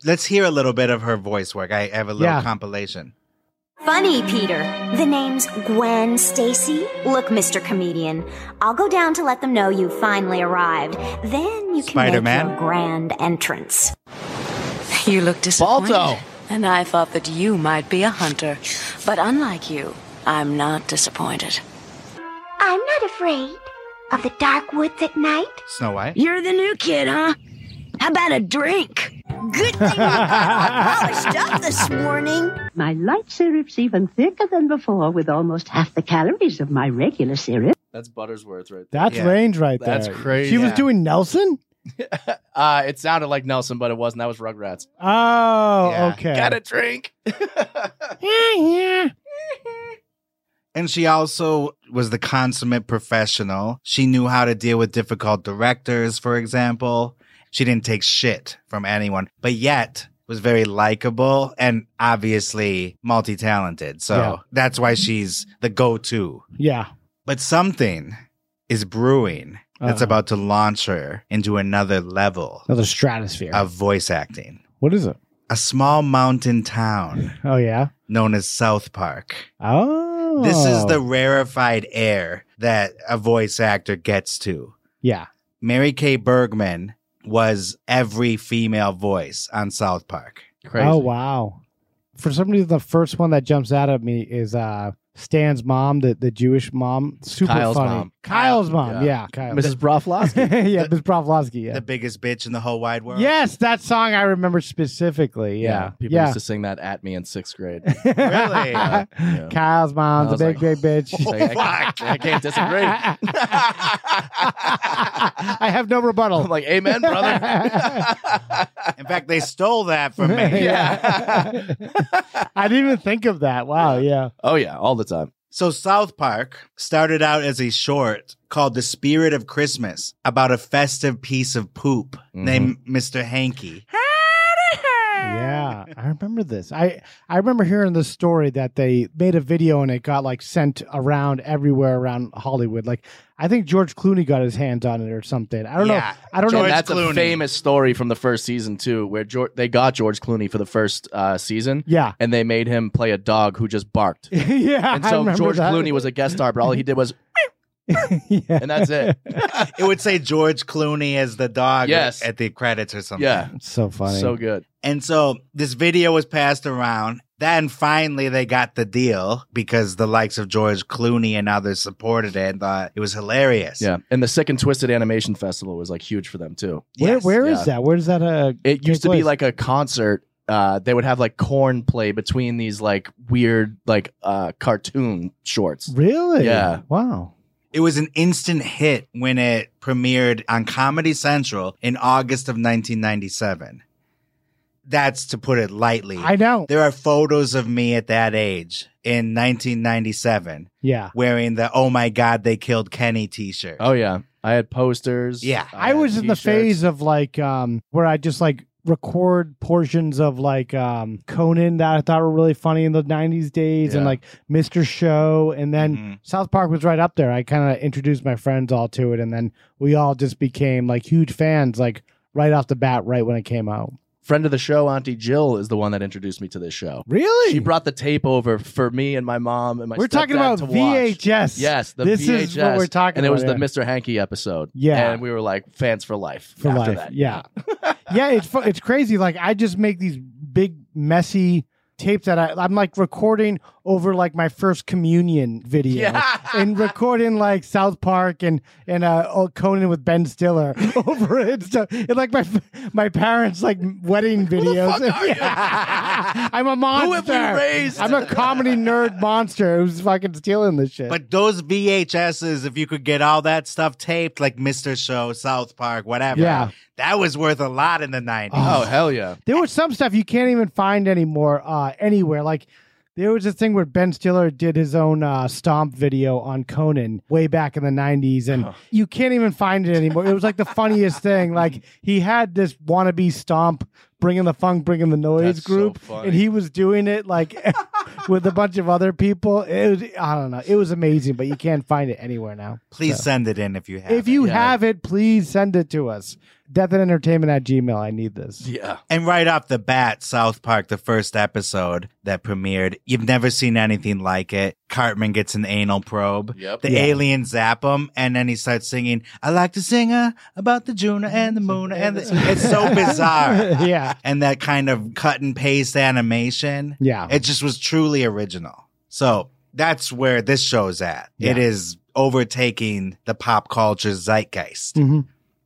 [SPEAKER 1] Let's hear a little bit of her voice work. I have a little
[SPEAKER 13] Yeah.
[SPEAKER 1] compilation.
[SPEAKER 4] Funny, Peter. The name's Gwen Stacy. Look, Mr. Comedian, I'll go down to let them know you finally arrived. Then you can
[SPEAKER 1] Spider-Man?
[SPEAKER 4] make your grand entrance.
[SPEAKER 7] You look disappointed.
[SPEAKER 12] Balto.
[SPEAKER 7] And I thought that you might be a hunter. But unlike you, I'm not disappointed.
[SPEAKER 4] I'm not afraid of the dark woods at night.
[SPEAKER 1] Snow White.
[SPEAKER 4] You're the new kid, huh? How about a drink? Good thing you polished up this morning.
[SPEAKER 7] My light syrup's even thicker than before with almost half the calories of my regular syrup.
[SPEAKER 12] That's Buttersworth right
[SPEAKER 13] That's
[SPEAKER 1] Yeah.
[SPEAKER 13] range right there.
[SPEAKER 12] That's crazy.
[SPEAKER 13] She was
[SPEAKER 1] Yeah.
[SPEAKER 13] doing Nelson.
[SPEAKER 12] there. Uh, it sounded like Nelson, but it wasn't. That was Rugrats.
[SPEAKER 13] Oh,
[SPEAKER 1] Yeah.
[SPEAKER 13] okay.
[SPEAKER 12] Got a drink.
[SPEAKER 1] And she also was the consummate professional. She knew how to deal with difficult directors, for example. She didn't take shit from anyone, but yet was very likable and obviously multi talented. So
[SPEAKER 13] Yeah.
[SPEAKER 1] that's why she's the go to.
[SPEAKER 13] Yeah.
[SPEAKER 1] But something is brewing that's
[SPEAKER 13] Uh-oh.
[SPEAKER 1] about to launch her into another level
[SPEAKER 13] Another stratosphere.
[SPEAKER 12] Uh,
[SPEAKER 1] of voice acting.
[SPEAKER 13] what is it?
[SPEAKER 1] A small mountain town
[SPEAKER 13] Oh yeah.
[SPEAKER 1] known as South Park.
[SPEAKER 13] Oh.
[SPEAKER 1] This is the rarefied air that a voice actor gets to.
[SPEAKER 13] yeah. Oh,
[SPEAKER 1] Mary Kay Bergman was every female voice on South Park.
[SPEAKER 12] Crazy.
[SPEAKER 13] Oh wow. For some reason, the first one that jumps out at me is uh Stan's mom, the, the Jewish mom. Super
[SPEAKER 12] Kyle's
[SPEAKER 13] funny.
[SPEAKER 12] mom.
[SPEAKER 13] Kyle's mom. Yeah.
[SPEAKER 12] Yeah.
[SPEAKER 13] Kyle.
[SPEAKER 12] Mrs. Broflovsky.
[SPEAKER 13] yeah, Miss Provlosky. Yeah.
[SPEAKER 1] The biggest bitch in the whole wide world.
[SPEAKER 13] Yes, that song I remember specifically. Yeah.
[SPEAKER 12] People used to sing that at me in sixth grade.
[SPEAKER 1] Really? Yeah,
[SPEAKER 12] yeah.
[SPEAKER 13] Kyle's mom's
[SPEAKER 12] I
[SPEAKER 13] a
[SPEAKER 12] was
[SPEAKER 13] big, big
[SPEAKER 12] like,
[SPEAKER 13] bitch.
[SPEAKER 12] Like, I, can't- I can't disagree.
[SPEAKER 13] I have no rebuttal.
[SPEAKER 12] I'm like, amen, brother.
[SPEAKER 1] In fact, they stole that from me.
[SPEAKER 12] Yeah.
[SPEAKER 13] I didn't even think of that. Wow. Yeah.
[SPEAKER 12] oh yeah, all the time.
[SPEAKER 1] So South Park started out as a short called The Spirit of Christmas about a festive piece of poop
[SPEAKER 12] Mm-hmm.
[SPEAKER 1] named Mr. Hanky.
[SPEAKER 13] Yeah. I remember this. I, I remember hearing the story that they made a video and it got like sent around everywhere around Hollywood. Like, I think George Clooney got his hands on it or something. I don't
[SPEAKER 1] Yeah.
[SPEAKER 13] know. I don't
[SPEAKER 12] And
[SPEAKER 13] know.
[SPEAKER 12] that's
[SPEAKER 1] Clooney.
[SPEAKER 12] a famous story from the first season too, where George, they got George Clooney for the first uh, season,
[SPEAKER 13] Yeah.
[SPEAKER 12] and they made him play a dog who just barked.
[SPEAKER 13] yeah.
[SPEAKER 12] And
[SPEAKER 13] I
[SPEAKER 12] so
[SPEAKER 13] remember
[SPEAKER 12] George
[SPEAKER 13] that.
[SPEAKER 12] Clooney was a guest star, but all he did was,
[SPEAKER 13] yeah.
[SPEAKER 12] and that's it.
[SPEAKER 1] It would say George Clooney as the dog
[SPEAKER 12] Yes.
[SPEAKER 1] at the credits or something.
[SPEAKER 12] yeah,
[SPEAKER 13] It's so funny.
[SPEAKER 12] so good.
[SPEAKER 1] And so this video was passed around. Then finally they got the deal because the likes of George Clooney and others supported it and thought it was hilarious.
[SPEAKER 12] Yeah, and the Sick and Twisted Animation Festival was like huge for them too.
[SPEAKER 13] Where
[SPEAKER 1] Yes.
[SPEAKER 13] where is
[SPEAKER 12] yeah.
[SPEAKER 13] that? Where does that uh
[SPEAKER 12] It used
[SPEAKER 13] take
[SPEAKER 12] to be
[SPEAKER 13] place?
[SPEAKER 12] like a concert. Uh, they would have like corn play between these like weird like uh, cartoon shorts.
[SPEAKER 13] Really?
[SPEAKER 12] Yeah.
[SPEAKER 13] Wow.
[SPEAKER 1] It was an instant hit when it premiered on Comedy Central in August of 1997. that's to put it lightly.
[SPEAKER 13] I know.
[SPEAKER 1] There are photos of me at that age in 1997
[SPEAKER 13] Yeah.
[SPEAKER 1] wearing the "Oh my God, they killed Kenny" T-shirt.
[SPEAKER 12] Oh yeah, I had posters.
[SPEAKER 1] Yeah.
[SPEAKER 13] I, was in the phase of like um where I just like record portions of like um Conan that I thought were really funny in the 90s days and
[SPEAKER 12] Yeah. Mm-hmm.
[SPEAKER 13] like Mr. Show and then
[SPEAKER 1] Mhm.
[SPEAKER 13] South Park was right up there. I kind of introduced my friends all to it and then we all just became like huge fans like right off the bat right when it came out.
[SPEAKER 12] friend of the show, Auntie Jill, is the one that introduced me to this show.
[SPEAKER 13] Really?
[SPEAKER 12] She brought the tape over for me and my mom and my.
[SPEAKER 13] we're talking
[SPEAKER 12] stepdad
[SPEAKER 13] about
[SPEAKER 12] to watch.
[SPEAKER 13] VHS.
[SPEAKER 12] Yes, the
[SPEAKER 13] this
[SPEAKER 12] VHS.
[SPEAKER 13] is what we're talking
[SPEAKER 12] and it was
[SPEAKER 13] about,
[SPEAKER 12] the Mr. Hanky episode.
[SPEAKER 13] Yeah.
[SPEAKER 12] and we were like fans for life.
[SPEAKER 13] for
[SPEAKER 12] after
[SPEAKER 13] life.
[SPEAKER 12] that.
[SPEAKER 13] Yeah, yeah. It's fu- it's crazy. Like I just make these big messy tapes that I, I'm like recording over like my first communion video
[SPEAKER 12] Yeah.
[SPEAKER 13] and recording like South Park and and uh old Conan with Ben Stiller over it and stuff. And like my my parents like wedding videos. Yeah. I'm a
[SPEAKER 12] Who
[SPEAKER 13] monster.
[SPEAKER 12] have we raised?
[SPEAKER 13] I'm a comedy nerd monster who's fucking stealing this shit.
[SPEAKER 1] But those VHSs, if you could get all that stuff taped, like Mr. Show, South Park, whatever,
[SPEAKER 13] Yeah.
[SPEAKER 1] that was worth a lot in the 90s.
[SPEAKER 12] Oh hell yeah!
[SPEAKER 13] There was some stuff you can't even find anymore uh, anywhere. Like there was this thing where Ben Stiller did his own uh, stomp video on Conan way back in the '90s, and you can't even find it anymore. It was like the funniest thing. Like he had this wannabe stomp, bringing the funk, bringing the noise
[SPEAKER 12] That's so
[SPEAKER 13] group,
[SPEAKER 12] funny.
[SPEAKER 13] and he was doing it like with a bunch of other people. It was I don't know. It was amazing, but you can't find it anywhere now.
[SPEAKER 1] Please
[SPEAKER 13] So.
[SPEAKER 1] send it in if you have.
[SPEAKER 13] If
[SPEAKER 1] it.
[SPEAKER 13] you
[SPEAKER 12] Yeah.
[SPEAKER 13] have it, please send it to us. Death and Entertainment at Gmail. I need this.
[SPEAKER 12] Yeah,
[SPEAKER 1] And right off the bat, South Park, the first episode that premiered, you've never seen anything like it. Cartman gets an anal probe.
[SPEAKER 12] Yep.
[SPEAKER 1] The
[SPEAKER 12] Yeah.
[SPEAKER 1] aliens zap him, and then he starts singing, I like to sing uh, about the Juno and the Moon. And the... It's so bizarre.
[SPEAKER 13] yeah.
[SPEAKER 1] And that kind of cut and paste animation.
[SPEAKER 13] Yeah.
[SPEAKER 1] It just was truly original. So that's where this show's at. It
[SPEAKER 13] Yeah.
[SPEAKER 1] is overtaking the pop culture zeitgeist.
[SPEAKER 13] Mhm.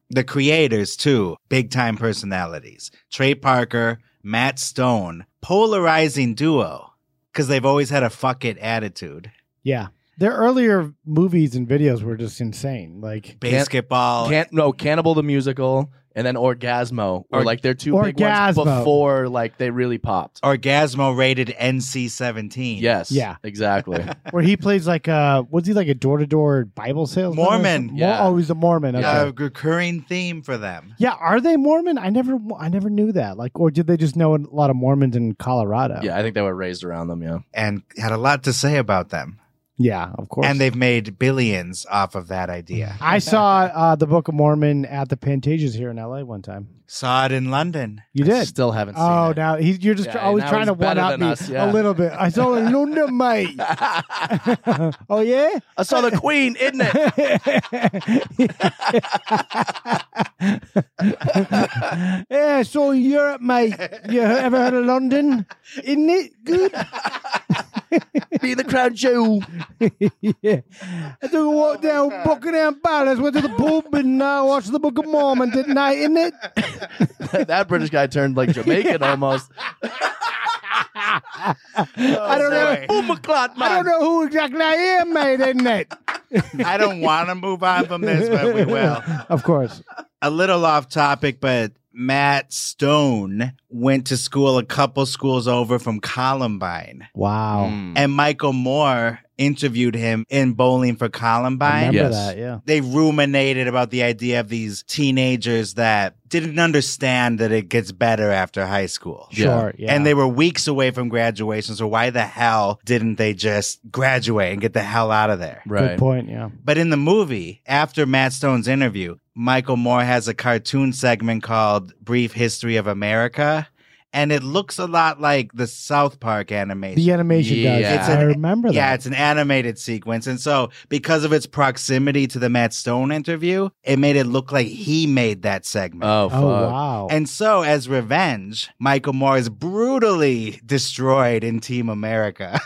[SPEAKER 1] The creators, too, big time personalities. Trey Parker, Matt Stone, polarizing duo, because they've always had a fuck it attitude.
[SPEAKER 13] Yeah. Their earlier movies and videos were just insane. Like
[SPEAKER 1] Basketball.
[SPEAKER 12] Can- no Cannibal the musical, and then Orgasmo were like their two big ones
[SPEAKER 13] Orgasmo.
[SPEAKER 12] before like they really popped.
[SPEAKER 1] Orgasmo rated NC 17.
[SPEAKER 12] Yes.
[SPEAKER 13] Yeah.
[SPEAKER 12] Exactly.
[SPEAKER 13] where he plays like a was he like a door to door Bible salesman? or
[SPEAKER 1] Mormon.
[SPEAKER 13] something?
[SPEAKER 12] Yeah.
[SPEAKER 13] Oh, he's a Mormon. Okay.
[SPEAKER 1] A
[SPEAKER 13] Yeah.
[SPEAKER 1] recurring theme for them.
[SPEAKER 13] Are they Mormon? I never I never knew that. Like, or did they just know a lot of Mormons in Colorado?
[SPEAKER 12] yeah, I think they were raised around them. Yeah.
[SPEAKER 1] And had a lot to say about them.
[SPEAKER 13] Yeah. Of course.
[SPEAKER 1] And they've made billions off of that idea.
[SPEAKER 13] I saw uh, the Book of Mormon at the Pantages here in L.A. one time.
[SPEAKER 1] Saw it in London.
[SPEAKER 13] You
[SPEAKER 12] I
[SPEAKER 13] did.
[SPEAKER 12] still haven't seen
[SPEAKER 13] Oh,
[SPEAKER 12] it.
[SPEAKER 13] now he's, you're just
[SPEAKER 12] Yeah,
[SPEAKER 13] always
[SPEAKER 12] now
[SPEAKER 13] trying
[SPEAKER 12] he's
[SPEAKER 13] to one
[SPEAKER 12] better
[SPEAKER 13] up
[SPEAKER 12] than
[SPEAKER 13] me
[SPEAKER 12] us, yeah.
[SPEAKER 13] a little bit. I saw it in London, mate. oh yeah.
[SPEAKER 12] I saw the Queen, isn't it?
[SPEAKER 13] yeah, it's all Europe, mate. You ever heard of London? Isn't it good?
[SPEAKER 12] Be the crown jewel.
[SPEAKER 13] yeah. I took a walk down Buckingham Palace, went to the pub, and I watched the Book of Mormon tonight, isn't it?
[SPEAKER 12] that British guy turned like Jamaican almost.
[SPEAKER 13] I don't know.
[SPEAKER 12] Boom a clot,
[SPEAKER 13] I
[SPEAKER 12] man.
[SPEAKER 13] don't know who exactly I am, mate, isn't it?
[SPEAKER 1] I don't want to move on from this, but we will.
[SPEAKER 13] Of course.
[SPEAKER 1] A little off topic, but Matt Stone went to school a couple schools over from Columbine,
[SPEAKER 13] Wow.
[SPEAKER 12] Mm.
[SPEAKER 1] and Michael Moore interviewed him in Bowling for Columbine.
[SPEAKER 12] Yes.
[SPEAKER 13] Remember that, yeah.
[SPEAKER 1] They ruminated about the idea of these teenagers that didn't understand that it gets better after high school.
[SPEAKER 12] Yeah.
[SPEAKER 13] Sure, yeah.
[SPEAKER 1] And they were weeks away from graduation, so why the hell didn't they just graduate and get the hell out of there?
[SPEAKER 13] Good
[SPEAKER 12] Right.
[SPEAKER 13] point, yeah.
[SPEAKER 1] But in the movie, after Matt Stone's interview, Michael Moore has a cartoon segment called Brief History of America. And it looks a lot like the South Park animation.
[SPEAKER 13] The animation
[SPEAKER 12] Yeah.
[SPEAKER 13] does.
[SPEAKER 12] It's
[SPEAKER 13] I
[SPEAKER 1] an-
[SPEAKER 13] remember that.
[SPEAKER 1] Yeah, it's an animated sequence. And so, because of its proximity to the Matt Stone interview, it made it look like he made that segment.
[SPEAKER 12] Oh, fuck.
[SPEAKER 13] oh, wow.
[SPEAKER 1] And so, as revenge, Michael Moore is brutally destroyed in Team America.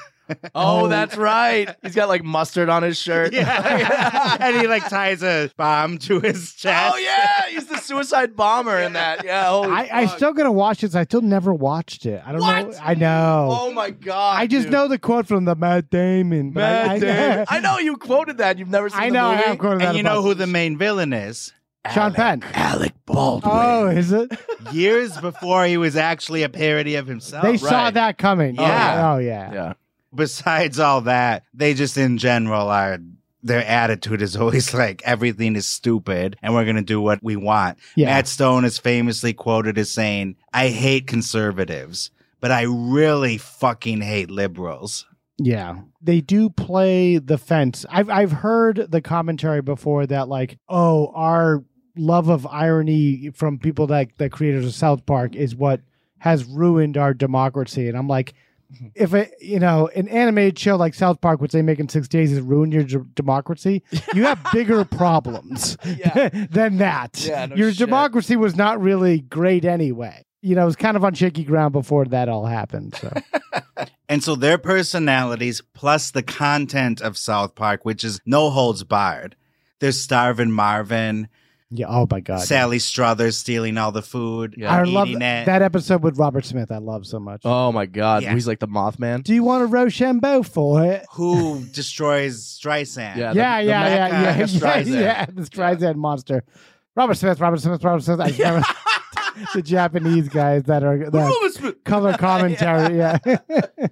[SPEAKER 12] Oh, that's right. He's got like mustard on his shirt.
[SPEAKER 1] yeah. and he like ties a bomb to his chest.
[SPEAKER 12] Oh yeah, he's the suicide bomber in that. Yeah. Holy
[SPEAKER 13] I, I
[SPEAKER 12] Oh, fuck.
[SPEAKER 13] still gotta watch this. I still never watched it. I don't
[SPEAKER 12] What?
[SPEAKER 13] know. I know.
[SPEAKER 12] Oh my god.
[SPEAKER 13] I just
[SPEAKER 12] dude.
[SPEAKER 13] know the quote from the Matt Damon. but I-
[SPEAKER 12] Matt
[SPEAKER 13] I,
[SPEAKER 12] Damon. I know you quoted that. You've never seen
[SPEAKER 13] I
[SPEAKER 12] the
[SPEAKER 13] know. I
[SPEAKER 12] movie.
[SPEAKER 13] have quoted that.
[SPEAKER 1] And you know
[SPEAKER 13] about-
[SPEAKER 1] who the main villain is?
[SPEAKER 13] Sean Penn.
[SPEAKER 12] Alec Baldwin.
[SPEAKER 13] Oh, is it?
[SPEAKER 1] Years before he was actually a parody of himself.
[SPEAKER 13] they saw that coming.
[SPEAKER 1] Yeah.
[SPEAKER 13] Oh, yeah.
[SPEAKER 12] Yeah.
[SPEAKER 1] Besides all that, they just in general are their attitude is always like everything is stupid and we're going to do what we want.
[SPEAKER 13] Yeah.
[SPEAKER 1] Matt Stone is famously quoted as saying, "I hate conservatives, but I really fucking hate liberals."
[SPEAKER 13] Yeah. They do play the fence. I've I've heard the commentary before that like, oh, our love of irony from people that the creators of South Park is what has ruined our democracy. And I'm like, if it, you know, an animated show like South Park, which they make in six days, is ruin your d- democracy. You have bigger problems than that.
[SPEAKER 12] Yeah, no
[SPEAKER 13] your
[SPEAKER 12] shit.
[SPEAKER 13] democracy was not really great anyway. You know, it was kind of on shaky ground before that all happened. So.
[SPEAKER 1] And so their personalities plus the content of South Park, which is no holds barred. There's Starvin' Marvin,
[SPEAKER 13] Yeah. Oh my God.
[SPEAKER 1] Sally Struthers stealing all the food,
[SPEAKER 12] Yeah.
[SPEAKER 13] I
[SPEAKER 1] eating
[SPEAKER 13] love
[SPEAKER 1] it.
[SPEAKER 13] that episode with Robert Smith. I love so much.
[SPEAKER 12] Oh my God.
[SPEAKER 1] Yeah.
[SPEAKER 12] He's like the Mothman.
[SPEAKER 13] Do you want a Rochambeau for it?
[SPEAKER 1] who destroys Streisand.
[SPEAKER 12] Yeah, the-
[SPEAKER 13] yeah, yeah,
[SPEAKER 1] Mac-
[SPEAKER 13] yeah,
[SPEAKER 1] uh,
[SPEAKER 13] yeah, yeah,
[SPEAKER 1] the Streisand.
[SPEAKER 13] yeah, The Streisand monster. Robert Smith. Robert Smith. Robert Smith. I remember the Japanese guys that are that color commentary. Yeah. yeah.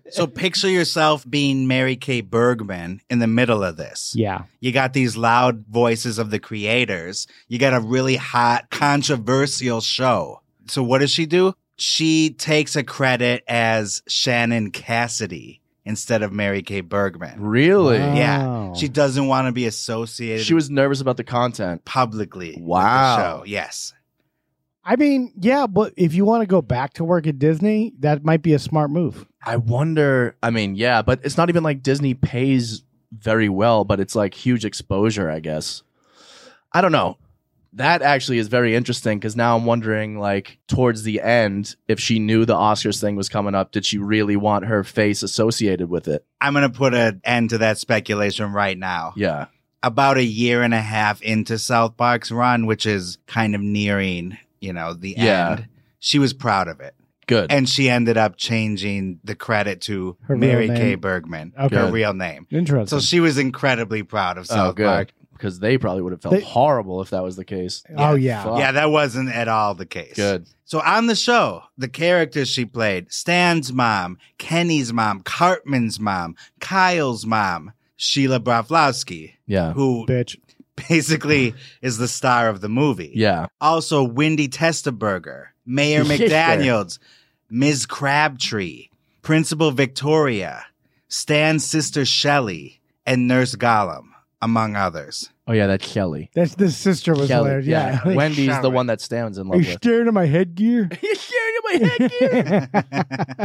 [SPEAKER 1] So picture yourself being Mary Kay Bergman in the middle of this. You got these loud voices of the creators. You got a really hot, controversial show. So what does she do? She takes a credit as Shannon Cassidy instead of Mary Kay Bergman.
[SPEAKER 12] Really?
[SPEAKER 13] Wow.
[SPEAKER 1] Yeah.
[SPEAKER 13] Oh.
[SPEAKER 1] She doesn't want to be associated
[SPEAKER 12] She was nervous about the content.
[SPEAKER 1] publicly with the
[SPEAKER 12] Wow.
[SPEAKER 1] show. Yes.
[SPEAKER 13] I mean, yeah, but if you want to go back to work at Disney, that might be a smart move.
[SPEAKER 12] I wonder. I mean, yeah, but it's not even like Disney pays very well, but it's like huge exposure, I guess. I don't know. That actually is very interesting because now I'm wondering, like, towards the end, if she knew the Oscars thing was coming up, did she really want her face associated with it?
[SPEAKER 1] I'm going to put an end to that speculation right now.
[SPEAKER 12] Yeah.
[SPEAKER 1] about a year and a half into South Park's run, which is kind of nearing, you know, the
[SPEAKER 12] Yeah.
[SPEAKER 1] end, she was proud of it.
[SPEAKER 12] Good.
[SPEAKER 1] And she ended up changing the credit to
[SPEAKER 13] Her real
[SPEAKER 1] Mary K.
[SPEAKER 13] name.
[SPEAKER 1] Bergman,
[SPEAKER 13] Okay.
[SPEAKER 1] her
[SPEAKER 12] Good.
[SPEAKER 1] real name.
[SPEAKER 13] Interesting.
[SPEAKER 1] So she was incredibly proud of
[SPEAKER 12] oh,
[SPEAKER 1] South
[SPEAKER 12] good.
[SPEAKER 1] Park.
[SPEAKER 12] Because they probably would have felt
[SPEAKER 13] They-
[SPEAKER 12] horrible if that was the case.
[SPEAKER 13] Oh, yeah.
[SPEAKER 12] Fuck.
[SPEAKER 1] Yeah, that wasn't at all the case.
[SPEAKER 12] Good.
[SPEAKER 1] So on the show, the characters she played Stan's mom, Kenny's mom, Cartman's mom, Kyle's mom, Sheila Broflovsky,
[SPEAKER 12] Yeah.
[SPEAKER 1] who
[SPEAKER 13] Bitch.
[SPEAKER 1] basically is the star of the movie.
[SPEAKER 12] Yeah.
[SPEAKER 1] Also, Wendy Testaberger, Mayor
[SPEAKER 12] Yeah.
[SPEAKER 1] McDaniels, Ms. Crabtree, Principal Victoria, Stan's sister Shelley, and Nurse Gollum, among others.
[SPEAKER 12] Oh, yeah. That's Kelly.
[SPEAKER 13] That's the sister was
[SPEAKER 12] Kelly,
[SPEAKER 13] hilarious. Yeah.
[SPEAKER 12] Wendy's the
[SPEAKER 1] Shower.
[SPEAKER 12] one that stands in
[SPEAKER 13] Are
[SPEAKER 12] love
[SPEAKER 13] you
[SPEAKER 12] with.
[SPEAKER 13] staring at my headgear?
[SPEAKER 12] You're sharing my headgear.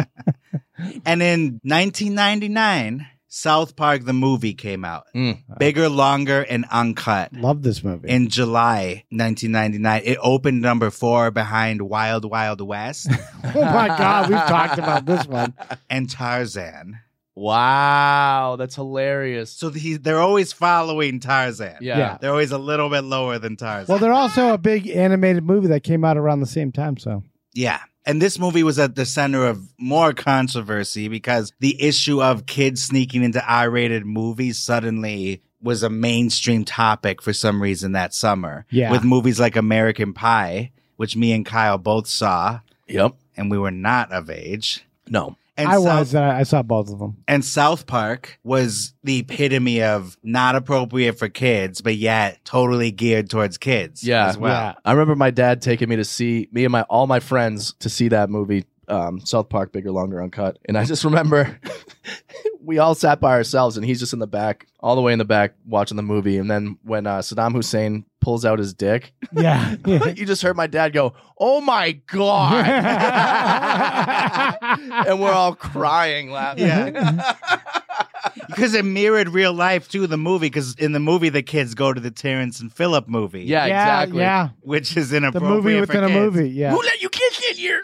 [SPEAKER 1] And in 1999, South Park the movie came out,
[SPEAKER 12] Mm.
[SPEAKER 1] bigger, longer, and uncut.
[SPEAKER 13] Love this movie.
[SPEAKER 1] In July 1999, it opened number four behind Wild Wild West
[SPEAKER 13] oh my God, we've talked about this one.
[SPEAKER 1] and Tarzan.
[SPEAKER 12] Wow, that's hilarious.
[SPEAKER 1] So he, they're always following Tarzan.
[SPEAKER 12] yeah.
[SPEAKER 13] Yeah.
[SPEAKER 1] They're always a little bit lower than Tarzan.
[SPEAKER 13] Well, they're also a big animated movie that came out around the same time. So
[SPEAKER 1] yeah. And this movie was at the center of more controversy because the issue of kids sneaking into R rated movies suddenly was a mainstream topic for some reason that summer.
[SPEAKER 13] Yeah.
[SPEAKER 1] With movies like American Pie, which me and Kyle both saw,
[SPEAKER 12] Yep.
[SPEAKER 1] and we were not of age.
[SPEAKER 12] No.
[SPEAKER 1] And
[SPEAKER 13] I
[SPEAKER 1] South-
[SPEAKER 13] was, and I, I saw both of them.
[SPEAKER 1] And South Park was the epitome of not appropriate for kids, but yet totally geared towards kids.
[SPEAKER 12] Yeah.
[SPEAKER 1] As well.
[SPEAKER 13] Yeah.
[SPEAKER 12] I remember my dad taking me to see me and my all my friends to see that movie, um, South Park, Bigger, Longer, Uncut. And I just remember we all sat by ourselves, and he's just in the back, all the way in the back, watching the movie. And then when uh, Saddam Hussein pulls out his dick,
[SPEAKER 13] Yeah.
[SPEAKER 12] you just heard my dad go, "Oh my god!" and we're all crying, laughing.
[SPEAKER 1] Yeah. Because it mirrored real life to the movie. Because in the movie, the kids go to the Terrence and Phillip movie.
[SPEAKER 12] Yeah, exactly.
[SPEAKER 13] Yeah.
[SPEAKER 1] Which is
[SPEAKER 13] The
[SPEAKER 1] inappropriate.
[SPEAKER 13] movie
[SPEAKER 1] for
[SPEAKER 13] within a
[SPEAKER 1] kids.
[SPEAKER 13] movie. Yeah.
[SPEAKER 12] Who let you kids in here?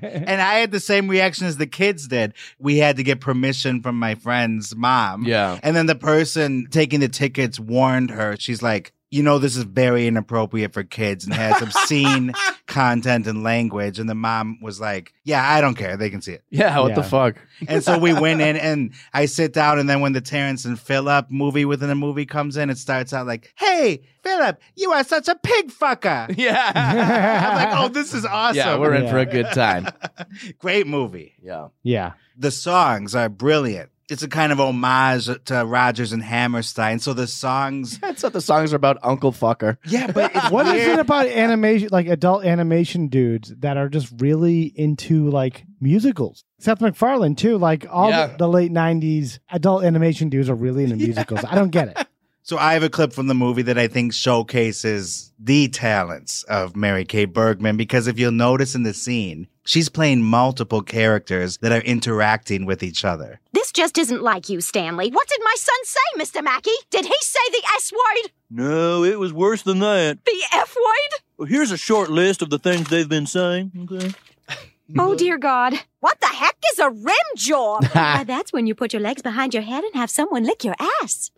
[SPEAKER 1] And I had the same reaction as the kids did. We had to get permission from my friend's mom.
[SPEAKER 12] Yeah.
[SPEAKER 1] And then the person taking the tickets warned her. She's like, you know this is very inappropriate for kids and has obscene content and language. And the mom was like, Yeah, I don't care. They can see it.
[SPEAKER 12] Yeah, what the fuck?
[SPEAKER 1] And so we went in and I sit down and then when the Terrence and Phillip movie within a movie comes in, it starts out like, Hey, Phillip, you are such a pig fucker.
[SPEAKER 12] Yeah.
[SPEAKER 1] I'm like, oh, this is awesome.
[SPEAKER 12] Yeah, we're in for a good time.
[SPEAKER 1] Great movie.
[SPEAKER 12] Yeah.
[SPEAKER 13] Yeah.
[SPEAKER 1] The songs are brilliant. It's a kind of homage to Rogers and Hammerstein. So the songs
[SPEAKER 12] That's what the songs are about, Uncle Fucker.
[SPEAKER 1] Yeah, but it's
[SPEAKER 13] What is
[SPEAKER 1] weird.
[SPEAKER 13] it about animation, like adult animation dudes that are just really into like musicals? Seth MacFarlane too. Like all
[SPEAKER 12] Yeah.
[SPEAKER 13] the, the late '90s adult animation dudes are really into musicals. I don't get it.
[SPEAKER 1] So I have a clip from the movie that I think showcases the talents of Mary Kay Bergman because if you'll notice in the scene, she's playing multiple characters that are interacting with each other.
[SPEAKER 4] This just isn't like you, Stanley. What did my son say, Mr. Mackey? Did he say the S word?
[SPEAKER 5] No, it was worse than that.
[SPEAKER 4] The F word?
[SPEAKER 5] Well, here's a short list of the things they've been saying. Okay.
[SPEAKER 4] Oh, dear God. What the heck is a rim job? Why, that's when you put your legs behind your head and have someone lick your ass.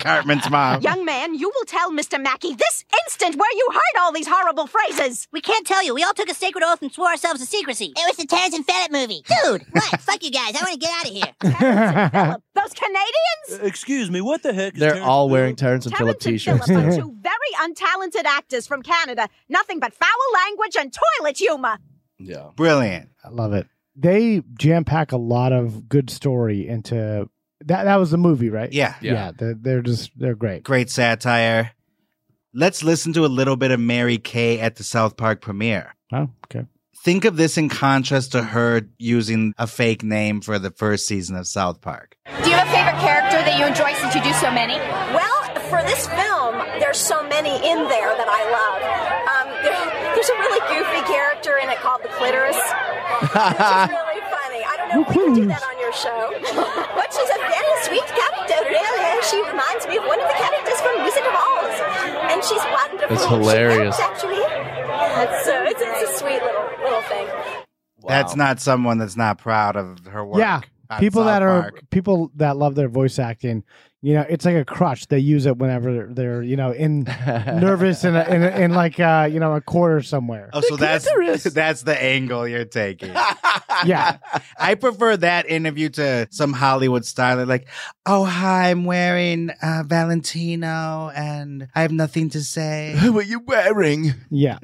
[SPEAKER 1] Cartman's mom.
[SPEAKER 4] Young man, you will tell Mr. Mackey this instant where you heard all these horrible phrases.
[SPEAKER 14] We can't tell you. We all took a sacred oath and swore ourselves to secrecy. It was the Terrence and Phillip movie. Dude, what? Fuck you guys. I want to get out of here.
[SPEAKER 4] Those Canadians?
[SPEAKER 5] Excuse me, what the heck is
[SPEAKER 12] They're
[SPEAKER 5] Terrence
[SPEAKER 12] all wearing Terrence and Phillip
[SPEAKER 4] Terrence
[SPEAKER 12] t
[SPEAKER 4] and
[SPEAKER 12] shirts.
[SPEAKER 4] Phillip are two very untalented actors from Canada. Nothing but foul language and toilet humor.
[SPEAKER 12] Yeah.
[SPEAKER 1] Brilliant.
[SPEAKER 13] I love it. They jam pack a lot of good story into that. That was the movie, right?
[SPEAKER 1] Yeah.
[SPEAKER 13] yeah. they're, they're just they're great.
[SPEAKER 1] Great satire. Let's listen to a little bit of Mary Kay at the South Park premiere.
[SPEAKER 13] Oh, okay.
[SPEAKER 1] Think of this in contrast to her using a fake name for the first season of South Park.
[SPEAKER 15] Do you have a favorite character that you enjoy since you do so many?
[SPEAKER 16] Well, for this film, there's so many in there that I love. Um, there- there's a really goofy character in it called the clitoris. Which is really funny. I don't know if we can do that on your show. but she's a very sweet character, really. She reminds me of one of the characters from Wizard of Oz. And she's wonderful. She
[SPEAKER 12] That's hilarious.
[SPEAKER 16] helps, actually. So it's, it's a sweet little, little thing.
[SPEAKER 1] That's not someone that's not proud of her work.
[SPEAKER 13] Yeah.
[SPEAKER 1] on
[SPEAKER 13] People
[SPEAKER 1] South
[SPEAKER 13] that are
[SPEAKER 1] Park.
[SPEAKER 13] people that love their voice acting, you know, it's like a crutch. They use it whenever they're, you know, in nervous and in, in, in like uh, you know, a corner somewhere.
[SPEAKER 1] Oh, so that's that's the angle you're taking.
[SPEAKER 13] yeah.
[SPEAKER 1] I prefer that interview to some Hollywood star. They're like, "Oh, hi, I'm wearing uh, Valentino, and I have nothing to say."
[SPEAKER 12] Who are you wearing?
[SPEAKER 13] Yeah.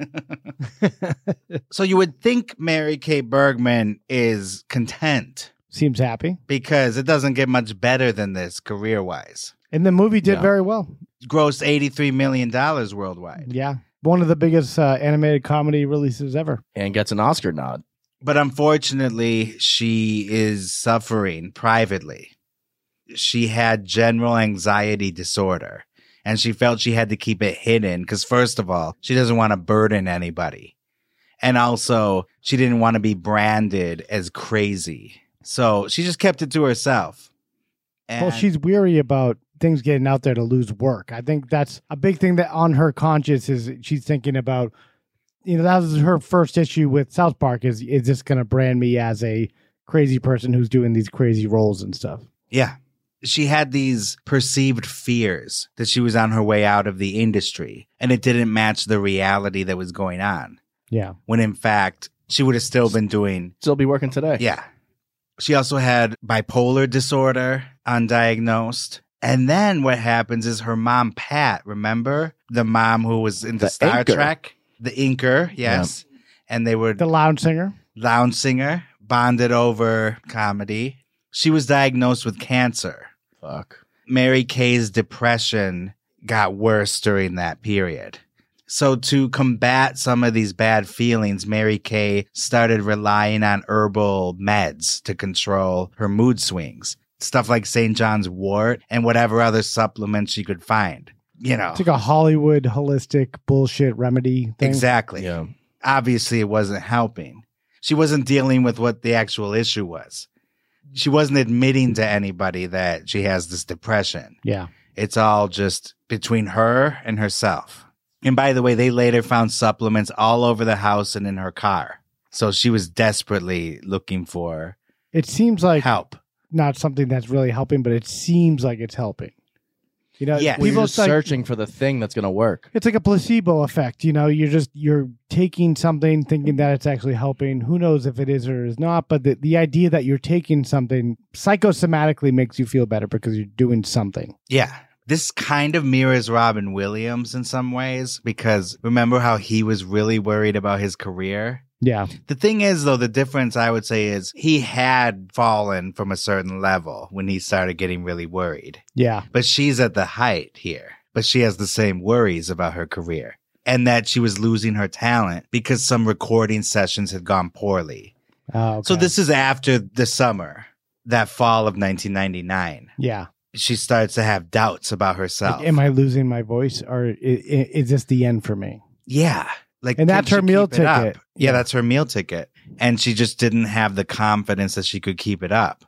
[SPEAKER 1] so you would think Mary Kay Bergman is content
[SPEAKER 13] Seems happy.
[SPEAKER 1] because it doesn't get much better than this career-wise.
[SPEAKER 13] And the movie did very well.
[SPEAKER 1] Grossed eighty-three million dollars worldwide,
[SPEAKER 13] Yeah. One of the biggest uh, animated comedy releases ever.
[SPEAKER 12] And gets an Oscar nod.
[SPEAKER 1] but unfortunately, she is suffering privately. She had general anxiety disorder. and she felt she had to keep it hidden because first of all she doesn't want to burden anybody and also she didn't want to be branded as crazy so she just kept it to herself and
[SPEAKER 13] well, she's weary about things getting out there to lose work. I think that's a big thing that on her conscience is she's thinking about. You know, that was her first issue with South Park. Is is this going to brand me as a crazy person who's doing these crazy roles and stuff?
[SPEAKER 1] yeah she had these perceived fears that she was on her way out of the industry and it didn't match the reality that was going on
[SPEAKER 13] Yeah.
[SPEAKER 1] when in fact she would have still been doing
[SPEAKER 12] still be working today.
[SPEAKER 1] Yeah. She also had bipolar disorder undiagnosed. And then what happens is her mom Pat, remember? The mom who was into
[SPEAKER 12] The
[SPEAKER 1] Star
[SPEAKER 12] anchor.
[SPEAKER 1] Trek, the inker, yes. And they were
[SPEAKER 13] The lounge singer.
[SPEAKER 1] lounge singer, bonded over comedy. She was diagnosed with cancer.
[SPEAKER 12] Fuck.
[SPEAKER 1] Mary Kay's depression got worse during that period. So, to combat some of these bad feelings, Mary Kay started relying on herbal meds to control her mood swings, stuff like St. John's wort and whatever other supplements she could find. You know,
[SPEAKER 13] It's like a Hollywood holistic bullshit remedy thing.
[SPEAKER 1] exactly. Obviously, it wasn't helping. She wasn't dealing with what the actual issue was. She wasn't admitting to anybody that she has this depression.
[SPEAKER 13] Yeah.
[SPEAKER 1] It's all just between her and herself. And by the way, they later found supplements all over the house and in her car. So she was desperately looking for
[SPEAKER 13] It seems like
[SPEAKER 1] help.
[SPEAKER 13] not something that's really helping, but it seems like it's helping. You know,
[SPEAKER 12] yeah,
[SPEAKER 13] people
[SPEAKER 12] people are
[SPEAKER 13] it's like-
[SPEAKER 12] searching for the thing that's going to work.
[SPEAKER 13] It's like a placebo effect, you know. You're just you're taking something, thinking that it's actually helping. Who knows if it is or is not? But the, the idea that you're taking something psychosomatically makes you feel better because you're doing something.
[SPEAKER 1] Yeah. This kind of mirrors Robin Williams in some ways because remember how he was really worried about his career?
[SPEAKER 13] Yeah.
[SPEAKER 1] The thing is, though, the difference I would say is he had fallen from a certain level when he started getting really worried.
[SPEAKER 13] Yeah.
[SPEAKER 1] But she's at the height here, but she has the same worries about her career and that she was losing her talent because some recording sessions had gone poorly.
[SPEAKER 13] Oh,
[SPEAKER 1] So this is after the summer, that fall of 1999.
[SPEAKER 13] Yeah.
[SPEAKER 1] She starts to have doubts about herself.
[SPEAKER 13] Am I losing my voice, or is, is this the end for me?
[SPEAKER 1] Yeah. Like can
[SPEAKER 13] And that's her
[SPEAKER 1] she
[SPEAKER 13] meal
[SPEAKER 1] keep it up?
[SPEAKER 13] ticket.
[SPEAKER 1] Yeah, that's her meal ticket. And she just didn't have the confidence that she could keep it up.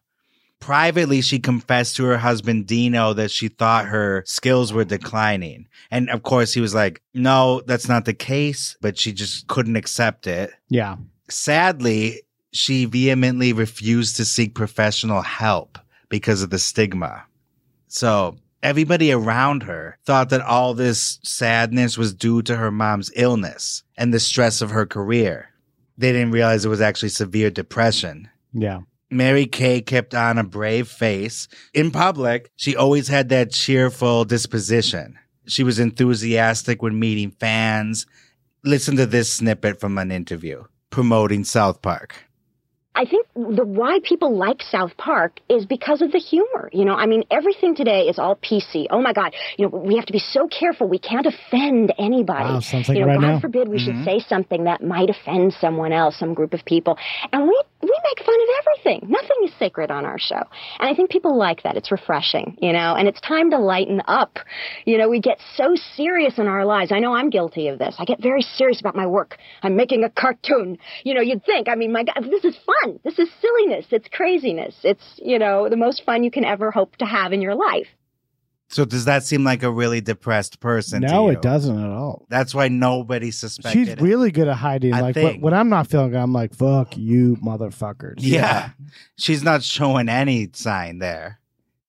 [SPEAKER 1] Privately, she confessed to her husband Dino that she thought her skills were declining. And of course, he was like, "No, that's not the case," but she just couldn't accept it.
[SPEAKER 13] Yeah.
[SPEAKER 1] Sadly, she vehemently refused to seek professional help because of the stigma. So everybody around her thought that all this sadness was due to her mom's illness and the stress of her career. They didn't realize it was actually severe depression.
[SPEAKER 13] Yeah.
[SPEAKER 1] Mary Kay kept on a brave face. In public, she always had that cheerful disposition. She was enthusiastic when meeting fans. Listen to this snippet from an interview promoting South Park.
[SPEAKER 17] I think the why people like South Park is because of the humor. You know, I mean, everything today is all PC. Oh my God, you know, we have to be so careful. We can't offend anybody.
[SPEAKER 13] Wow, sounds like
[SPEAKER 17] you
[SPEAKER 13] it
[SPEAKER 17] know,
[SPEAKER 13] right
[SPEAKER 17] God
[SPEAKER 13] now.
[SPEAKER 17] forbid we
[SPEAKER 13] Mhm.
[SPEAKER 17] should say something that might offend someone else, some group of people. And we we make fun of everything. Nothing is sacred on our show. And I think people like that. It's refreshing, you know. And it's time to lighten up. You know, we get so serious in our lives. I know I'm guilty of this. I get very serious about my work. I'm making a cartoon. You know, you'd think, I mean, my God, this is fun. This is silliness. It's craziness. It's, you know, the most fun you can ever hope to have in your life.
[SPEAKER 1] So does that seem like a really depressed person? to
[SPEAKER 13] No,
[SPEAKER 1] you?
[SPEAKER 13] it doesn't at all.
[SPEAKER 1] That's why nobody suspected.
[SPEAKER 13] She's
[SPEAKER 1] it.
[SPEAKER 13] really good at hiding.
[SPEAKER 1] I
[SPEAKER 13] like when,
[SPEAKER 1] think.
[SPEAKER 13] when I'm not feeling good, I'm like, "Fuck you, motherfuckers."
[SPEAKER 1] Yeah. she's not showing any sign there.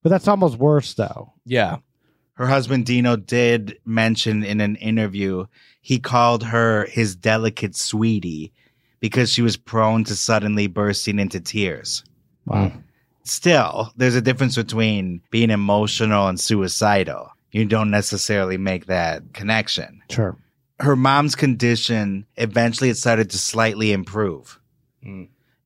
[SPEAKER 13] But that's almost worse, though.
[SPEAKER 12] Yeah.
[SPEAKER 1] Her husband Dino did mention in an interview he called her his delicate sweetie because she was prone to suddenly bursting into tears.
[SPEAKER 13] Wow.
[SPEAKER 1] Mm. Still, there's a difference between being emotional and suicidal. You don't necessarily make that connection.
[SPEAKER 13] Sure.
[SPEAKER 1] Her mom's condition eventually it started to slightly improve.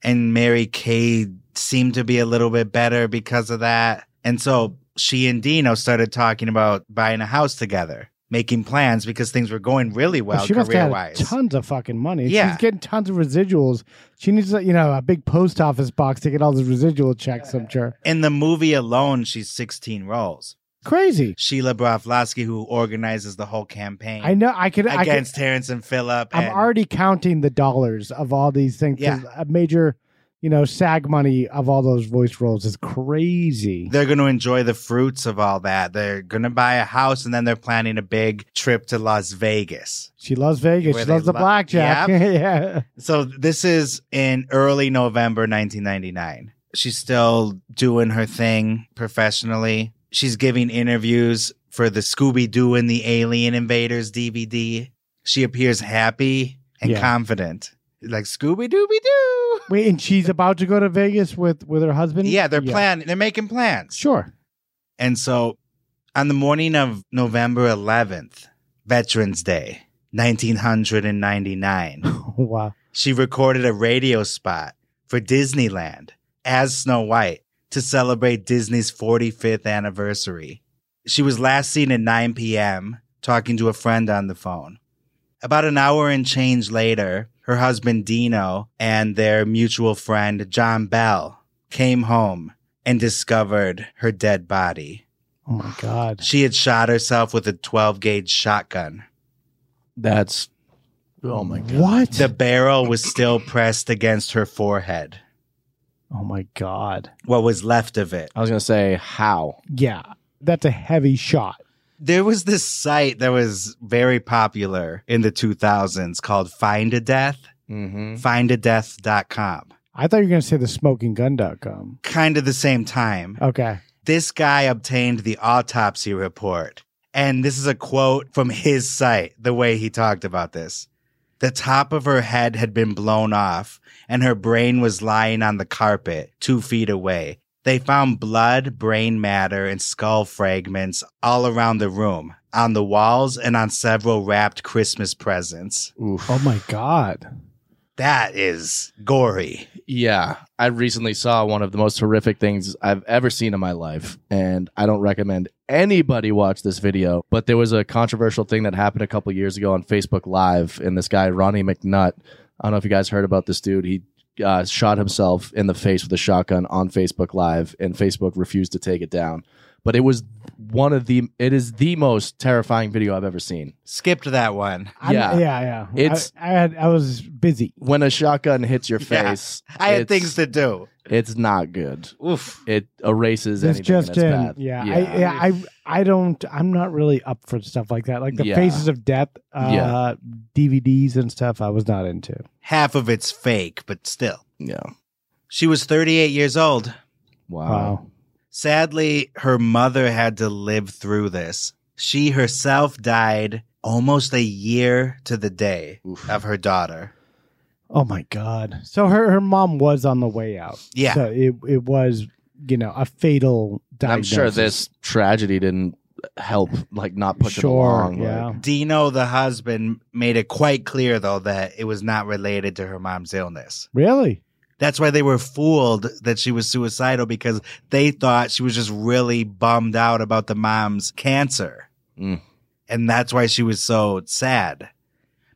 [SPEAKER 1] and Mary Kay seemed to be a little bit better because of that. And so she and Dino started talking about buying a house together, making plans because things were going really well
[SPEAKER 13] she must
[SPEAKER 1] career
[SPEAKER 13] have had
[SPEAKER 1] wise.
[SPEAKER 13] tons of fucking money.
[SPEAKER 1] Yeah.
[SPEAKER 13] She's getting tons of residuals. She needs, you know, a big post office box to get all the residual checks. I'm sure.
[SPEAKER 1] In the movie alone, she's 16 roles.
[SPEAKER 13] Crazy.
[SPEAKER 1] Sheila Broflovsky, who organizes the whole campaign
[SPEAKER 13] I know. I could. I could
[SPEAKER 1] against Terrence and Phillip.
[SPEAKER 13] I'm
[SPEAKER 1] and-
[SPEAKER 13] already counting the dollars of all these things. 'cause A major, you know, SAG money of all those voice roles is crazy.
[SPEAKER 1] they're going to enjoy the fruits of all that. They're going to buy a house and then they're planning a big trip to Las Vegas.
[SPEAKER 13] She loves Vegas.
[SPEAKER 1] Where
[SPEAKER 13] She
[SPEAKER 1] they
[SPEAKER 13] loves the
[SPEAKER 1] lo-
[SPEAKER 13] blackjack. yeah.
[SPEAKER 1] So this is in early November 1999. She's still doing her thing professionally. She's giving interviews for the Scooby Doo and the Alien Invaders DVD. She appears happy and
[SPEAKER 13] Yeah.
[SPEAKER 1] confident. Like Scooby Dooby Doo.
[SPEAKER 13] Wait, and she's about to go to Vegas with with her husband.
[SPEAKER 1] Yeah, they're planning. They're making plans.
[SPEAKER 13] Sure.
[SPEAKER 1] And so on the morning of November 11th, Veterans Day, 1999,
[SPEAKER 13] wow.
[SPEAKER 1] she recorded a radio spot for Disneyland as Snow White to celebrate Disney's 45th anniversary. She was last seen at 9 p.m. talking to a friend on the phone. About an hour and change later, her husband Dino and their mutual friend John Bell came home and discovered her dead body.
[SPEAKER 13] Oh my god.
[SPEAKER 1] She had shot herself with a 12 gauge shotgun.
[SPEAKER 12] That's oh my god.
[SPEAKER 13] What?
[SPEAKER 1] The barrel was still pressed against her forehead.
[SPEAKER 13] Oh my god.
[SPEAKER 1] What was left of it.
[SPEAKER 12] I was gonna say how.
[SPEAKER 13] Yeah, that's a heavy shot.
[SPEAKER 1] There was this site that was very popular in the 2000s called Find a Death,
[SPEAKER 12] mm-hmm.
[SPEAKER 1] findadeath.com.
[SPEAKER 13] I thought you were going to say the smoking gun.com.
[SPEAKER 1] Kind of the same time.
[SPEAKER 13] Okay.
[SPEAKER 1] This guy obtained the autopsy report. And this is a quote from his site, the way he talked about this. The top of her head had been blown off, and her brain was lying on the carpet two feet away. They found blood, brain matter, and skull fragments all around the room, on the walls, and on several wrapped Christmas presents.
[SPEAKER 13] Oh my god.
[SPEAKER 1] That is gory.
[SPEAKER 12] Yeah, I recently saw one of the most horrific things I've ever seen in my life, and I don't recommend anybody watch this video. But there was a controversial thing that happened a couple years ago on Facebook Live, and this guy Ronnie McNutt. I don't know if you guys heard about this dude. He uh, shot himself in the face with a shotgun on Facebook Live, and Facebook refused to take it down. But it was one of the it is the most terrifying video I've ever seen.
[SPEAKER 1] Skipped that one.
[SPEAKER 13] I'm- yeah, yeah.
[SPEAKER 12] It's-
[SPEAKER 13] I, I had I was busy.
[SPEAKER 12] When a shotgun hits your
[SPEAKER 1] Yeah.
[SPEAKER 12] face,
[SPEAKER 1] I had
[SPEAKER 12] it's-
[SPEAKER 1] things to do.
[SPEAKER 12] It's not good.
[SPEAKER 1] Oof.
[SPEAKER 12] It erases
[SPEAKER 13] It's
[SPEAKER 12] anything.
[SPEAKER 13] just
[SPEAKER 12] and it's
[SPEAKER 13] in.
[SPEAKER 12] bad.
[SPEAKER 13] Yeah, I, yeah. I I don't. I'm not really up for stuff like that. Like the
[SPEAKER 12] Yeah.
[SPEAKER 13] Faces of Death uh,
[SPEAKER 12] Yeah.
[SPEAKER 13] DVDs and stuff. I was not into.
[SPEAKER 1] Half of it's fake, but still.
[SPEAKER 12] Yeah.
[SPEAKER 1] She was 38 years old.
[SPEAKER 12] Wow.
[SPEAKER 1] Sadly, her mother had to live through this. She herself died almost a year to the day of her daughter.
[SPEAKER 13] Oh my god. So her her mom was on the way out.
[SPEAKER 1] Yeah.
[SPEAKER 13] So it it was you know a fatal.
[SPEAKER 12] I'm
[SPEAKER 13] Diagnosis.
[SPEAKER 12] sure this tragedy didn't help, like not push it
[SPEAKER 13] Sure,
[SPEAKER 12] along.
[SPEAKER 13] yeah.
[SPEAKER 12] like-
[SPEAKER 1] Dino, the husband, made it quite clear, though, that it was not related to her mom's illness.
[SPEAKER 13] Really?
[SPEAKER 1] That's why they were fooled that she was suicidal because they thought she was just really bummed out about the mom's cancer.
[SPEAKER 12] Mm.
[SPEAKER 1] And that's why she was so sad.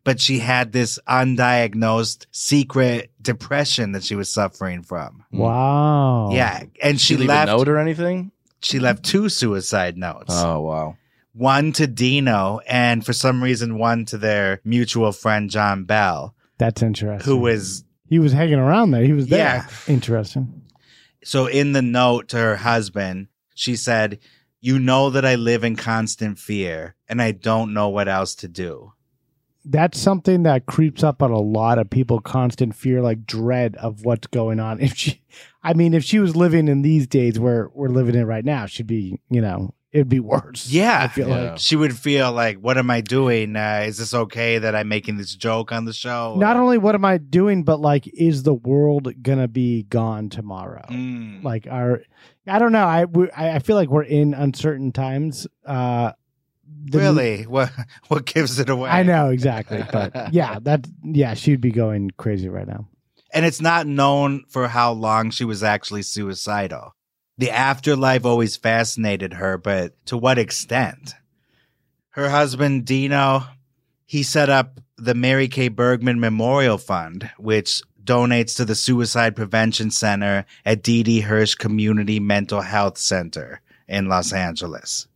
[SPEAKER 1] But she had this undiagnosed secret depression that she was suffering from.
[SPEAKER 12] Mm.
[SPEAKER 13] Wow.
[SPEAKER 1] Yeah. And she,
[SPEAKER 12] She Oh. leave a
[SPEAKER 1] left
[SPEAKER 12] note or anything?
[SPEAKER 1] She left two suicide notes.
[SPEAKER 12] Oh wow.
[SPEAKER 1] One to Dino and for some reason one to their mutual friend John Bell,
[SPEAKER 13] That's interesting.
[SPEAKER 1] who was
[SPEAKER 13] He was hanging around there. He was there.
[SPEAKER 1] Yeah.
[SPEAKER 13] Interesting.
[SPEAKER 1] So in the note to her husband, she said, "You know that I live in constant fear and I don't know what else to do."
[SPEAKER 13] That's something that creeps up on a lot of people. Constant fear, like dread of what's going on. If she, I mean, if she was living in these days where we're living in right now, she'd be, you know, it'd be worse.
[SPEAKER 1] Yeah.
[SPEAKER 13] I feel like.
[SPEAKER 1] she would feel like, "What am I doing? Uh, is this okay that I'm making this joke on the show?"
[SPEAKER 13] Not only what am I doing, but like, is the world gonna be gone tomorrow?
[SPEAKER 1] Mm.
[SPEAKER 13] Like, are I don't know. I we, I I feel like we're in uncertain times. Uh, the-
[SPEAKER 1] really? What what gives it away?
[SPEAKER 13] I know exactly, but yeah, that yeah, she'd be going crazy right now.
[SPEAKER 1] and it's not known for how long she was actually suicidal. The afterlife always fascinated her, but to what extent? Her husband, Dino, he set up the Mary Kay Bergman Memorial Fund, which donates to the Suicide Prevention Center at D.D. Hirsch Community Mental Health Center in Los Angeles.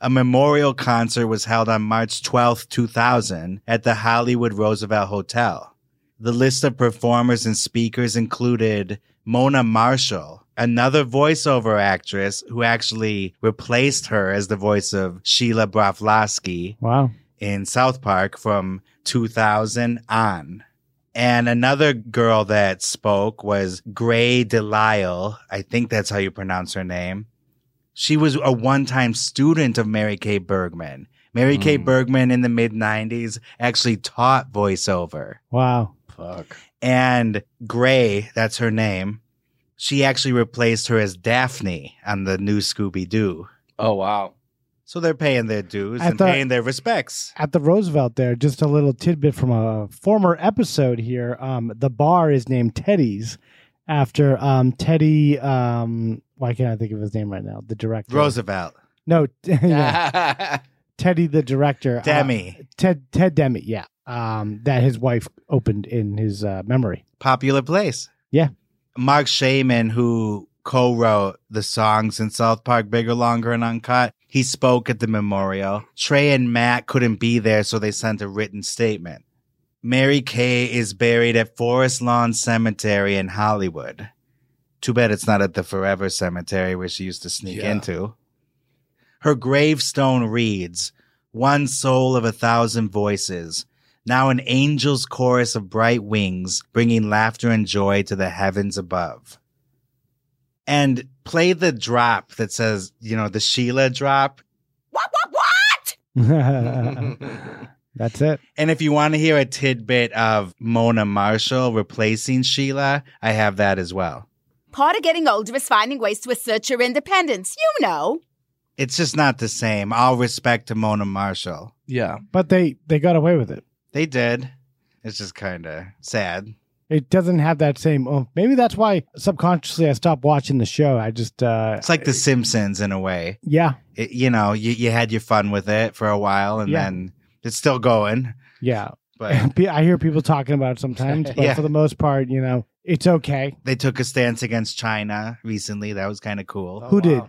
[SPEAKER 1] A memorial concert was held on March 12, 2000 at the Hollywood Roosevelt Hotel. The list of performers and speakers included Mona Marshall, another voiceover actress who actually replaced her as the voice of Sheila Broflovsky
[SPEAKER 13] Wow.
[SPEAKER 1] in South Park from 2000 on. And another girl that spoke was Gray Delisle. I think that's how you pronounce her name. She was a one time student of Mary Kay Bergman. Mary Kay Bergman in the mid 90s actually taught voiceover.
[SPEAKER 13] Wow.
[SPEAKER 12] Fuck.
[SPEAKER 1] And Gray, that's her name, she actually replaced her as Daphne on the new Scooby Doo.
[SPEAKER 12] Oh wow.
[SPEAKER 1] So they're paying their dues
[SPEAKER 13] I
[SPEAKER 1] and
[SPEAKER 13] thought-
[SPEAKER 1] paying their respects.
[SPEAKER 13] At the Roosevelt there, just a little tidbit from a former episode here. Um, the bar is named Teddy's after um, Teddy. Um, why can't I think of his name right now? The director.
[SPEAKER 1] Roosevelt.
[SPEAKER 13] No, yeah. Teddy the director. uh,
[SPEAKER 1] Demi.
[SPEAKER 13] Ted Ted Demi. Yeah. Um, that his wife opened in his uh, memory.
[SPEAKER 1] popular place.
[SPEAKER 13] Yeah.
[SPEAKER 1] Mark Shaman, who co wrote the songs in South Park Bigger, Longer, and Uncut, he spoke at the memorial. Trey and Matt couldn't be there, so they sent a written statement. Mary Kay is buried at Forest Lawn Cemetery in Hollywood. Too bad it's not at the Forever Cemetery where she used to sneak
[SPEAKER 12] Yeah.
[SPEAKER 1] into. Her gravestone reads, One soul of a thousand voices, now an angel's chorus of bright wings, bringing laughter and joy to the heavens above. and play the drop that says, you know, the Sheila drop.
[SPEAKER 14] What, what, what?
[SPEAKER 13] That's it.
[SPEAKER 1] And if you want to hear a tidbit of Mona Marshall replacing Sheila, I have that as well.
[SPEAKER 18] Part of getting older is finding ways to assert your independence. You know.
[SPEAKER 1] It's just not the same. All respect to Mona Marshall.
[SPEAKER 12] Yeah.
[SPEAKER 13] But they they got away with it.
[SPEAKER 1] They did. It's just kind of sad.
[SPEAKER 13] It doesn't have that same. Oh, maybe that's why subconsciously I stopped watching the show. I just. uh
[SPEAKER 1] It's like The Simpsons in a way.
[SPEAKER 13] Yeah.
[SPEAKER 1] It, you know, you, you had your fun with it for a while and
[SPEAKER 13] Yeah.
[SPEAKER 1] then it's still going.
[SPEAKER 13] Yeah.
[SPEAKER 1] But-
[SPEAKER 13] Pe- I hear people talking about it sometimes, but
[SPEAKER 1] Yeah.
[SPEAKER 13] for the most part, you know, it's okay.
[SPEAKER 1] They took a stance against China recently. That was kind of cool.
[SPEAKER 13] Who did?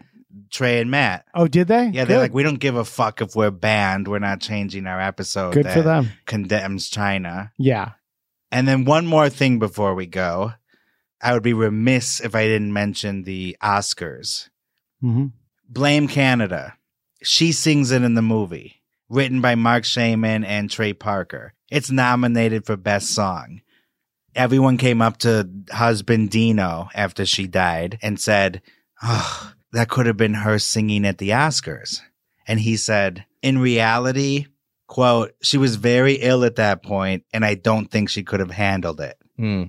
[SPEAKER 1] Trey and Matt.
[SPEAKER 13] Oh, did they?
[SPEAKER 1] Oh, Yeah, they're
[SPEAKER 13] Good.
[SPEAKER 1] like, we don't give a fuck if we're banned. We're not changing our episode.
[SPEAKER 13] Good for
[SPEAKER 1] that
[SPEAKER 13] them.
[SPEAKER 1] Condemns China.
[SPEAKER 13] Yeah.
[SPEAKER 1] And then one more thing before we go. I would be remiss if I didn't mention the Oscars.
[SPEAKER 13] Mm-hmm.
[SPEAKER 1] Blame Canada. She sings it in the movie, written by Mark Shaman and Trey Parker. It's nominated for Best Song. Everyone came up to husband Dino after she died and said, Oh, that could have been her singing at the Oscars. And he said, In reality, quote, she was very ill at that point, and I don't think she could have handled it.
[SPEAKER 12] Hmm.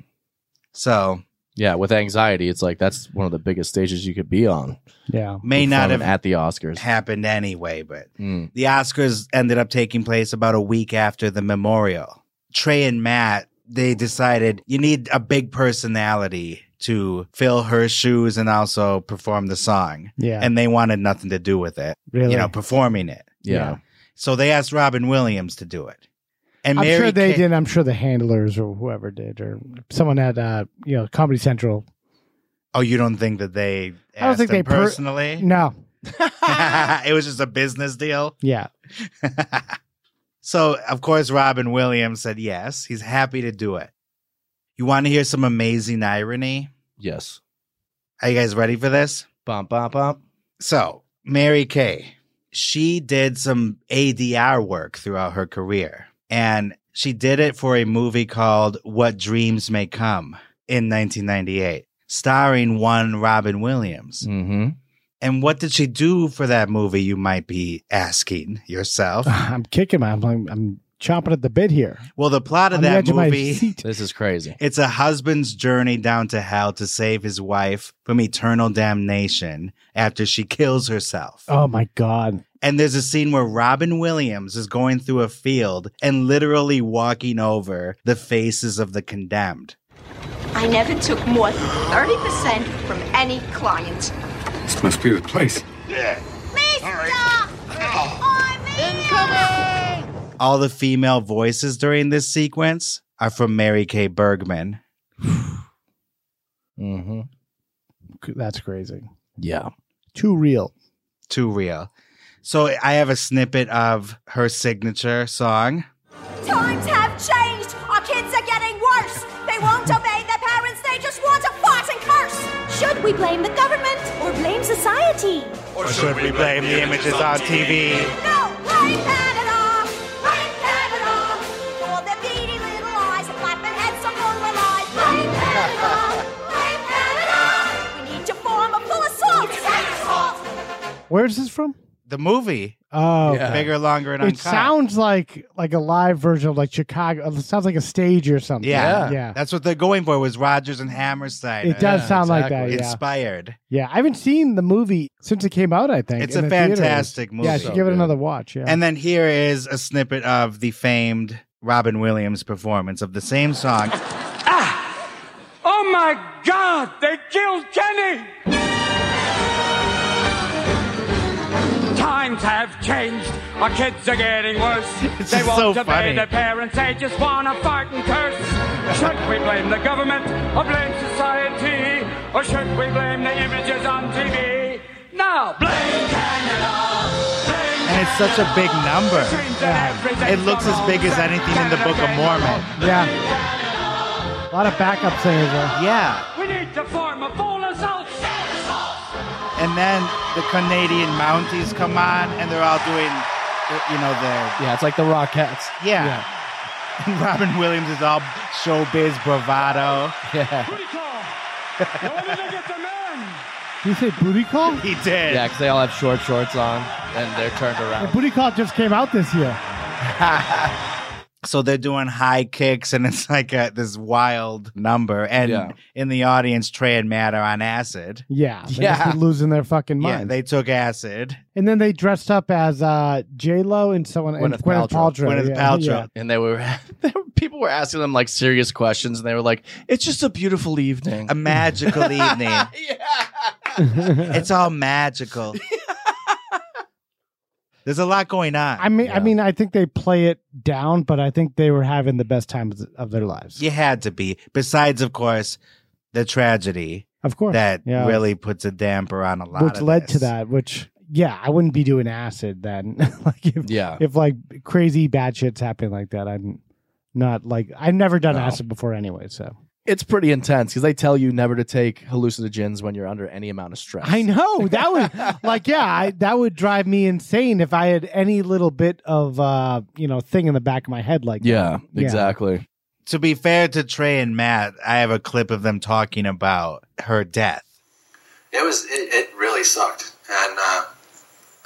[SPEAKER 1] So
[SPEAKER 12] Yeah, with anxiety, it's like that's one of the biggest stages you could be on.
[SPEAKER 13] Yeah.
[SPEAKER 1] May not have-
[SPEAKER 12] at the Oscars.
[SPEAKER 1] happened anyway, but
[SPEAKER 12] Mm.
[SPEAKER 1] The Oscars ended up taking place about a week after the memorial. Trey and Matt, they decided you need a big personality to fill her shoes and also perform the song.
[SPEAKER 13] Yeah.
[SPEAKER 1] And they wanted nothing to do with it.
[SPEAKER 13] Really?
[SPEAKER 1] You know, performing it.
[SPEAKER 12] Yeah.
[SPEAKER 1] So they asked Robin Williams to do it. And
[SPEAKER 13] I'm
[SPEAKER 1] Mary
[SPEAKER 13] sure they
[SPEAKER 1] Kay-
[SPEAKER 13] did. I'm sure the handlers or whoever did, or someone at uh, you know Comedy Central.
[SPEAKER 1] Oh, you don't think that they asked
[SPEAKER 13] I don't think
[SPEAKER 1] him
[SPEAKER 13] they per-
[SPEAKER 1] personally?
[SPEAKER 13] No.
[SPEAKER 1] it was just a business deal.
[SPEAKER 13] Yeah.
[SPEAKER 1] So, of course, Robin Williams said yes. He's happy to do it. You want to hear some amazing irony?
[SPEAKER 12] Yes.
[SPEAKER 1] Are you guys ready for this?
[SPEAKER 12] Bump, bump, bump.
[SPEAKER 1] So, Mary Kay, she did some ADR work throughout her career, and she did it for a movie called What Dreams May Come in 1998, starring one Robin Williams.
[SPEAKER 12] Mm-hmm.
[SPEAKER 1] And what did she do for that movie, you might be asking yourself?
[SPEAKER 13] I'm kicking my. I'm, I'm chomping at the bit here.
[SPEAKER 1] Well, the plot of
[SPEAKER 13] On the
[SPEAKER 1] that
[SPEAKER 13] edge of my
[SPEAKER 1] movie.
[SPEAKER 12] This is crazy.
[SPEAKER 1] It's a husband's journey down to hell to save his wife from eternal damnation after she kills herself.
[SPEAKER 13] Oh my god.
[SPEAKER 1] And there's a scene where Robin Williams is going through a field and literally walking over the faces of the condemned.
[SPEAKER 15] I never took more than 30% from any client.
[SPEAKER 11] This must be the place.
[SPEAKER 15] Yeah. Mister! Incoming!
[SPEAKER 1] All the female voices during this sequence are from Mary Kay Bergman.
[SPEAKER 12] Mm-hmm.
[SPEAKER 13] That's crazy.
[SPEAKER 12] Yeah.
[SPEAKER 13] Too real.
[SPEAKER 1] Too real. So I have a snippet of her signature song.
[SPEAKER 16] Times have changed. Our kids are getting worse. They won't obey their parents. They just want to fight and curse.
[SPEAKER 4] Should we blame the government or blame society?
[SPEAKER 1] Or should we blame the images on TV?
[SPEAKER 16] No, blame Canada. Blame Canada. For their beady little eyes and flapping heads of all lies. Blame Canada. Blame Canada. We need to form a full assault.
[SPEAKER 13] Where is this from?
[SPEAKER 1] The movie.
[SPEAKER 13] Oh,
[SPEAKER 12] Yeah.
[SPEAKER 13] okay.
[SPEAKER 1] Bigger, longer, and
[SPEAKER 13] it
[SPEAKER 1] uncut.
[SPEAKER 13] sounds like like a live version of like Chicago. It sounds like a stage or something.
[SPEAKER 1] Yeah.
[SPEAKER 13] yeah.
[SPEAKER 1] That's what they're going for was Rogers and Hammerstein.
[SPEAKER 13] It does
[SPEAKER 1] Uh,
[SPEAKER 13] sound like that.
[SPEAKER 12] exactly.
[SPEAKER 13] Yeah,
[SPEAKER 1] Inspired.
[SPEAKER 13] yeah. I haven't seen the movie since it came out. I think
[SPEAKER 1] It's
[SPEAKER 13] in
[SPEAKER 1] a
[SPEAKER 13] the theaters.
[SPEAKER 1] fantastic
[SPEAKER 13] Yeah, I
[SPEAKER 1] movie.
[SPEAKER 13] should
[SPEAKER 1] So
[SPEAKER 13] give it
[SPEAKER 12] good.
[SPEAKER 13] another watch. Yeah,
[SPEAKER 1] And then here is a snippet of the famed Robin Williams performance of the same song.
[SPEAKER 10] Oh my God! They killed Kenny! Times have changed. Our kids are getting worse.
[SPEAKER 1] It's
[SPEAKER 10] they
[SPEAKER 1] just
[SPEAKER 10] won't
[SPEAKER 1] so
[SPEAKER 10] obey
[SPEAKER 1] funny.
[SPEAKER 10] their parents. They just want to fight and curse. Should we blame the government or blame society? Or should we blame the images on TV? No! Blame Canada! Blame
[SPEAKER 1] And it's such a big number. It looks as big as anything in the Book of Mormon.
[SPEAKER 13] yeah, a lot of backup singers. Though.
[SPEAKER 1] Yeah.
[SPEAKER 10] We need to form a full assault.
[SPEAKER 1] And then the Canadian Mounties come on and they're all doing, the- you know, the.
[SPEAKER 12] Yeah, it's like the Rockettes.
[SPEAKER 1] Yeah. And Robin Williams is all showbiz bravado.
[SPEAKER 12] Yeah.
[SPEAKER 10] Recall. The women against the men.
[SPEAKER 13] Did you say booty call?
[SPEAKER 1] He did.
[SPEAKER 12] Yeah, because they all have short shorts on and they're turned around.
[SPEAKER 13] Booty call just came out this year.
[SPEAKER 1] so they're doing high kicks and it's like a, this wild number and
[SPEAKER 13] Yeah.
[SPEAKER 1] in the audience trey and matt are on acid
[SPEAKER 13] Yeah, they
[SPEAKER 1] Yeah.
[SPEAKER 13] must be losing their fucking mind.
[SPEAKER 1] yeah they took acid
[SPEAKER 13] And then they dressed up as uh, J Lo and someone and Gwyneth Paltrow. yeah, yeah.
[SPEAKER 12] And they were, they were- people were asking them like serious questions, and they were like, "It's just a beautiful evening,
[SPEAKER 1] a magical evening. it's all magical there's a lot going on
[SPEAKER 13] I mean, I mean, I think they play it down, but I think they were having the best times of their lives.
[SPEAKER 1] you had to be besides of course the tragedy
[SPEAKER 13] of course
[SPEAKER 1] that
[SPEAKER 13] yeah.
[SPEAKER 1] really puts a damper on a lot
[SPEAKER 13] which
[SPEAKER 1] of
[SPEAKER 13] led
[SPEAKER 1] this.
[SPEAKER 13] to that. Which, yeah, I wouldn't be doing acid then. like if,
[SPEAKER 12] Yeah.
[SPEAKER 13] if like crazy bad shits happen like that, I'm not like I've never done
[SPEAKER 12] No.
[SPEAKER 13] acid before anyway. So
[SPEAKER 12] It's pretty intense because they tell you never to take hallucinogens when you're under any amount of stress.
[SPEAKER 13] I know that would like yeah, I, that would drive me insane if I had any little bit of uh you know thing in the back of my head like
[SPEAKER 12] Yeah,
[SPEAKER 13] that.
[SPEAKER 12] exactly.
[SPEAKER 1] to be fair to trey and matt i have a clip of them talking about her death
[SPEAKER 19] It was it, it really sucked, and uh,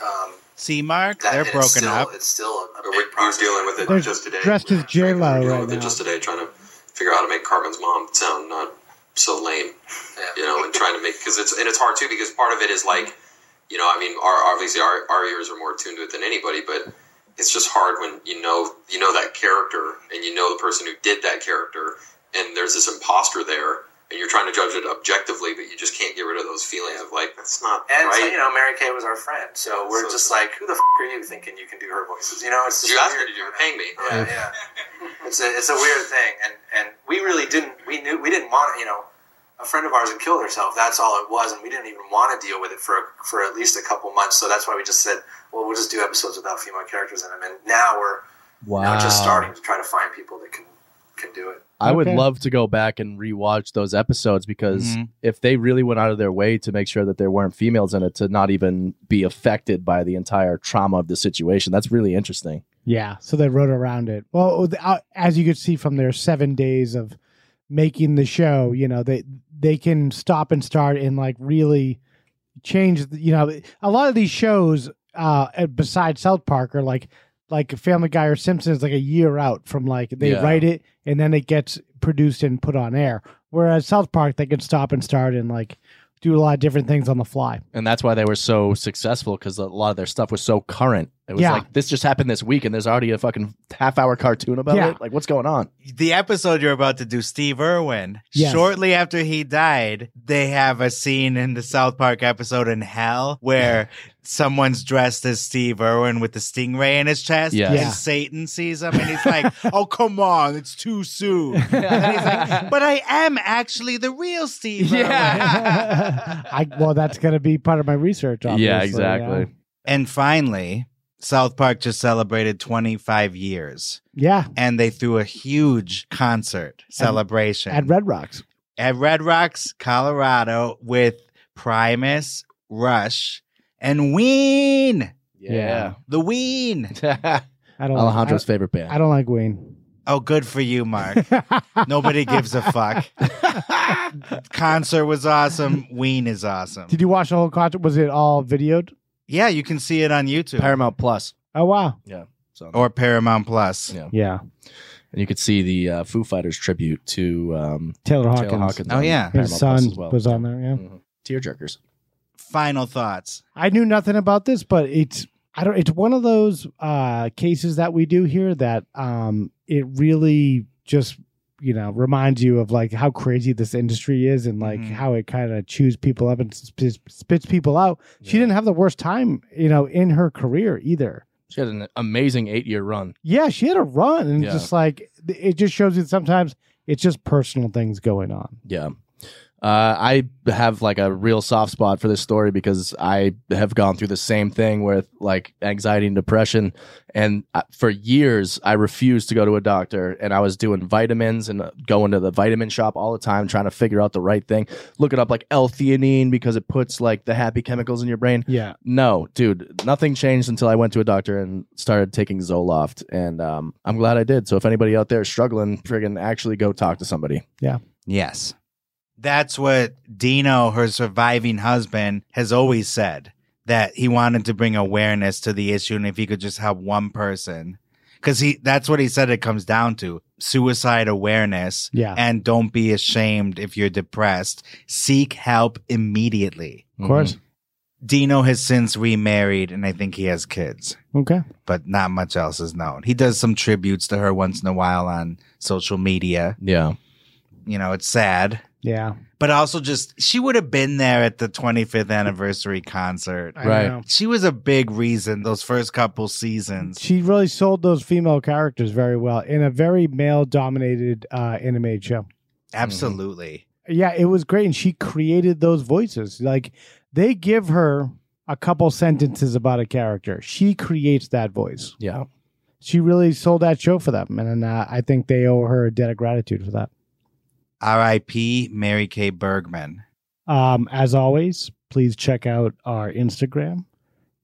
[SPEAKER 19] um,
[SPEAKER 1] see mark
[SPEAKER 19] that-
[SPEAKER 1] they're
[SPEAKER 19] and it's
[SPEAKER 1] broken
[SPEAKER 19] still-
[SPEAKER 1] up
[SPEAKER 19] It's still a, a big process. We're dealing with
[SPEAKER 13] They're dressed as J Lo right now.
[SPEAKER 19] just today, trying to figure out how to make Carmen's mom sound not so lame, you know, and trying to make because it's and it's hard too because part of it is like, you know, I mean, our obviously our, our ears are more tuned to it than anybody, but it's just hard when you know you know that character and you know the person who did that character, and there's this imposter there. And you're trying to judge it objectively, but you just can't get rid of those feeling of like that's not
[SPEAKER 20] And
[SPEAKER 19] right.
[SPEAKER 20] so, you know, Mary Kay was our friend, so we're
[SPEAKER 19] So-
[SPEAKER 20] just like, who the f- are you thinking you can do her voices? You know, it's just
[SPEAKER 19] you asked
[SPEAKER 20] weird.
[SPEAKER 19] me to do it, paying me.
[SPEAKER 20] Yeah, yeah. It's a it's a weird thing, and and we really didn't we knew we didn't want you know a friend of ours had killed herself. That's all it was, and we didn't even want to deal with it for for at least a couple months. So that's why we just said, well, we'll just do episodes without female characters in them. And now we're
[SPEAKER 12] Wow.
[SPEAKER 20] now just starting to try to find people that can can do it.
[SPEAKER 12] I would
[SPEAKER 20] Okay.
[SPEAKER 12] love to go back and rewatch those episodes because
[SPEAKER 20] Mhm.
[SPEAKER 12] if they really went out of their way to make sure that there weren't females in it to not even be affected by the entire trauma of the situation, that's really interesting.
[SPEAKER 13] Yeah, so they rode around it. Well, th- uh, as you could see from their seven days of making the show, you know they they can stop and start and like really change. the- You know, a lot of these shows, uh, uh, besides South Park, are like like Family Guy or Simpsons, like a year out from like they
[SPEAKER 12] Yeah.
[SPEAKER 13] write it and then it gets produced and put on air. Whereas South Park, they can stop and start and like do a lot of different things on the fly.
[SPEAKER 12] And that's why they were so successful because a lot of their stuff was so current. It was
[SPEAKER 13] Yeah.
[SPEAKER 12] like, this just happened this week and there's already a fucking half hour cartoon about
[SPEAKER 1] Yeah.
[SPEAKER 12] it. Like, what's going on?
[SPEAKER 1] the episode you're about to do, Steve Irwin,
[SPEAKER 12] Yes.
[SPEAKER 1] shortly after he died, they have a scene in the South Park episode in Hell where someone's dressed as Steve Irwin with the stingray in his chest.
[SPEAKER 12] Yes. Yeah.
[SPEAKER 1] And Satan sees him and he's like, oh, come on, it's too soon. And he's like, but I am actually the real Steve Irwin.
[SPEAKER 13] I well, that's going to be part of my research. Obviously,
[SPEAKER 1] And finally, South Park just celebrated 25 years.
[SPEAKER 13] Yeah.
[SPEAKER 1] And they threw a huge concert celebration
[SPEAKER 13] At Red Rocks.
[SPEAKER 1] at Red Rocks, Colorado, with Primus, Rush, and Ween.
[SPEAKER 13] Yeah.
[SPEAKER 1] The Ween.
[SPEAKER 13] I don't
[SPEAKER 12] Alejandro's
[SPEAKER 13] I-
[SPEAKER 12] favorite band.
[SPEAKER 13] I don't like Ween.
[SPEAKER 1] Oh, good for you, Mark. Nobody gives a fuck. Concert was awesome. Ween is awesome.
[SPEAKER 13] Did you watch the whole concert? Was it all videoed?
[SPEAKER 1] Yeah, you can see it on YouTube.
[SPEAKER 12] Paramount Plus.
[SPEAKER 13] Oh wow.
[SPEAKER 12] Yeah. So.
[SPEAKER 1] Or Paramount Plus.
[SPEAKER 12] Yeah.
[SPEAKER 13] Yeah.
[SPEAKER 12] And you could see the uh, Foo Fighters tribute to um,
[SPEAKER 13] Taylor Hawkins.
[SPEAKER 1] Oh,
[SPEAKER 12] on
[SPEAKER 1] yeah.
[SPEAKER 12] Paramount
[SPEAKER 13] His
[SPEAKER 12] Plus
[SPEAKER 13] son
[SPEAKER 12] as well. Mm.
[SPEAKER 13] was on there. Yeah.
[SPEAKER 12] Tearjerkers.
[SPEAKER 1] Final thoughts.
[SPEAKER 13] I knew nothing about this, but it's I don't. It's one of those uh, cases that we do here that um, it really just you know reminds you of like how crazy this industry is and like how it kind of chews people up and spits, spits people out. She didn't have the worst time, you know, in her career either.
[SPEAKER 12] She had an amazing eight year run.
[SPEAKER 13] Yeah, she had a run, and
[SPEAKER 12] Yeah.
[SPEAKER 13] just like it just shows you that sometimes it's just personal things going on.
[SPEAKER 12] Yeah. Uh, I have like a real soft spot for this story because I have gone through the same thing with like anxiety and depression. And uh, for years, I refused to go to a doctor and I was doing vitamins and uh, going to the vitamin shop all the time, trying to figure out the right thing, looking up like L theanine because it puts like the happy chemicals in your brain.
[SPEAKER 13] Yeah.
[SPEAKER 12] No, dude, nothing changed until I went to a doctor and started taking Zoloft. And um, I'm glad I did. So if anybody out there is struggling, friggin' actually go talk to somebody.
[SPEAKER 13] Yeah.
[SPEAKER 1] Yes. That's what Dino, her surviving husband, has always said that he wanted to bring awareness to the issue and if he could just help one person cuz he that's what he said it comes down to suicide awareness
[SPEAKER 13] Yeah.
[SPEAKER 1] and don't be ashamed if you're depressed seek help immediately
[SPEAKER 12] Mm-hmm.
[SPEAKER 13] Of course.
[SPEAKER 1] Dino has since remarried and I think he has kids
[SPEAKER 13] Okay.
[SPEAKER 1] but not much else is known. He does some tributes to her once in a while on social media.
[SPEAKER 12] Mm-hmm. Yeah.
[SPEAKER 1] You know, it's sad.
[SPEAKER 13] Yeah.
[SPEAKER 1] But also just she would have been there at the 25th anniversary concert.
[SPEAKER 13] I Right. know.
[SPEAKER 1] She was a big reason those first couple seasons.
[SPEAKER 13] She really sold those female characters very well in a very male dominated uh, animated show.
[SPEAKER 1] Absolutely.
[SPEAKER 13] Yeah, it was great. And she created those voices. Like they give her a couple sentences about a character, she creates that voice.
[SPEAKER 12] Yeah.
[SPEAKER 13] She really sold that show for them. And uh, I think they owe her a debt of gratitude for that.
[SPEAKER 1] R.I.P. Mary Kay Bergman.
[SPEAKER 13] Um, as always, please check out our Instagram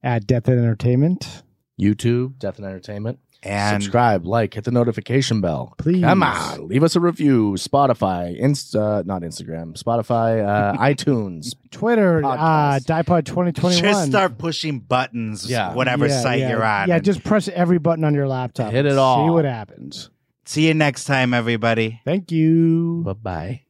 [SPEAKER 13] at Death and Entertainment.
[SPEAKER 12] YouTube, Death and Entertainment.
[SPEAKER 1] And-
[SPEAKER 12] subscribe, like, hit the notification bell.
[SPEAKER 13] Please.
[SPEAKER 12] Come on. Leave us a review. Spotify, Insta, not Instagram, Spotify, uh, iTunes.
[SPEAKER 13] Twitter, uh, Dipod 2021.
[SPEAKER 1] Just start pushing buttons,
[SPEAKER 12] Yeah.
[SPEAKER 1] whatever
[SPEAKER 13] Yeah,
[SPEAKER 1] site
[SPEAKER 13] yeah,
[SPEAKER 1] you're on.
[SPEAKER 13] Yeah,
[SPEAKER 1] and
[SPEAKER 13] just press every button on your laptop.
[SPEAKER 1] Hit it
[SPEAKER 13] See
[SPEAKER 1] all.
[SPEAKER 13] what happens.
[SPEAKER 1] See you next time, everybody.
[SPEAKER 13] Thank you.
[SPEAKER 12] Bye bye.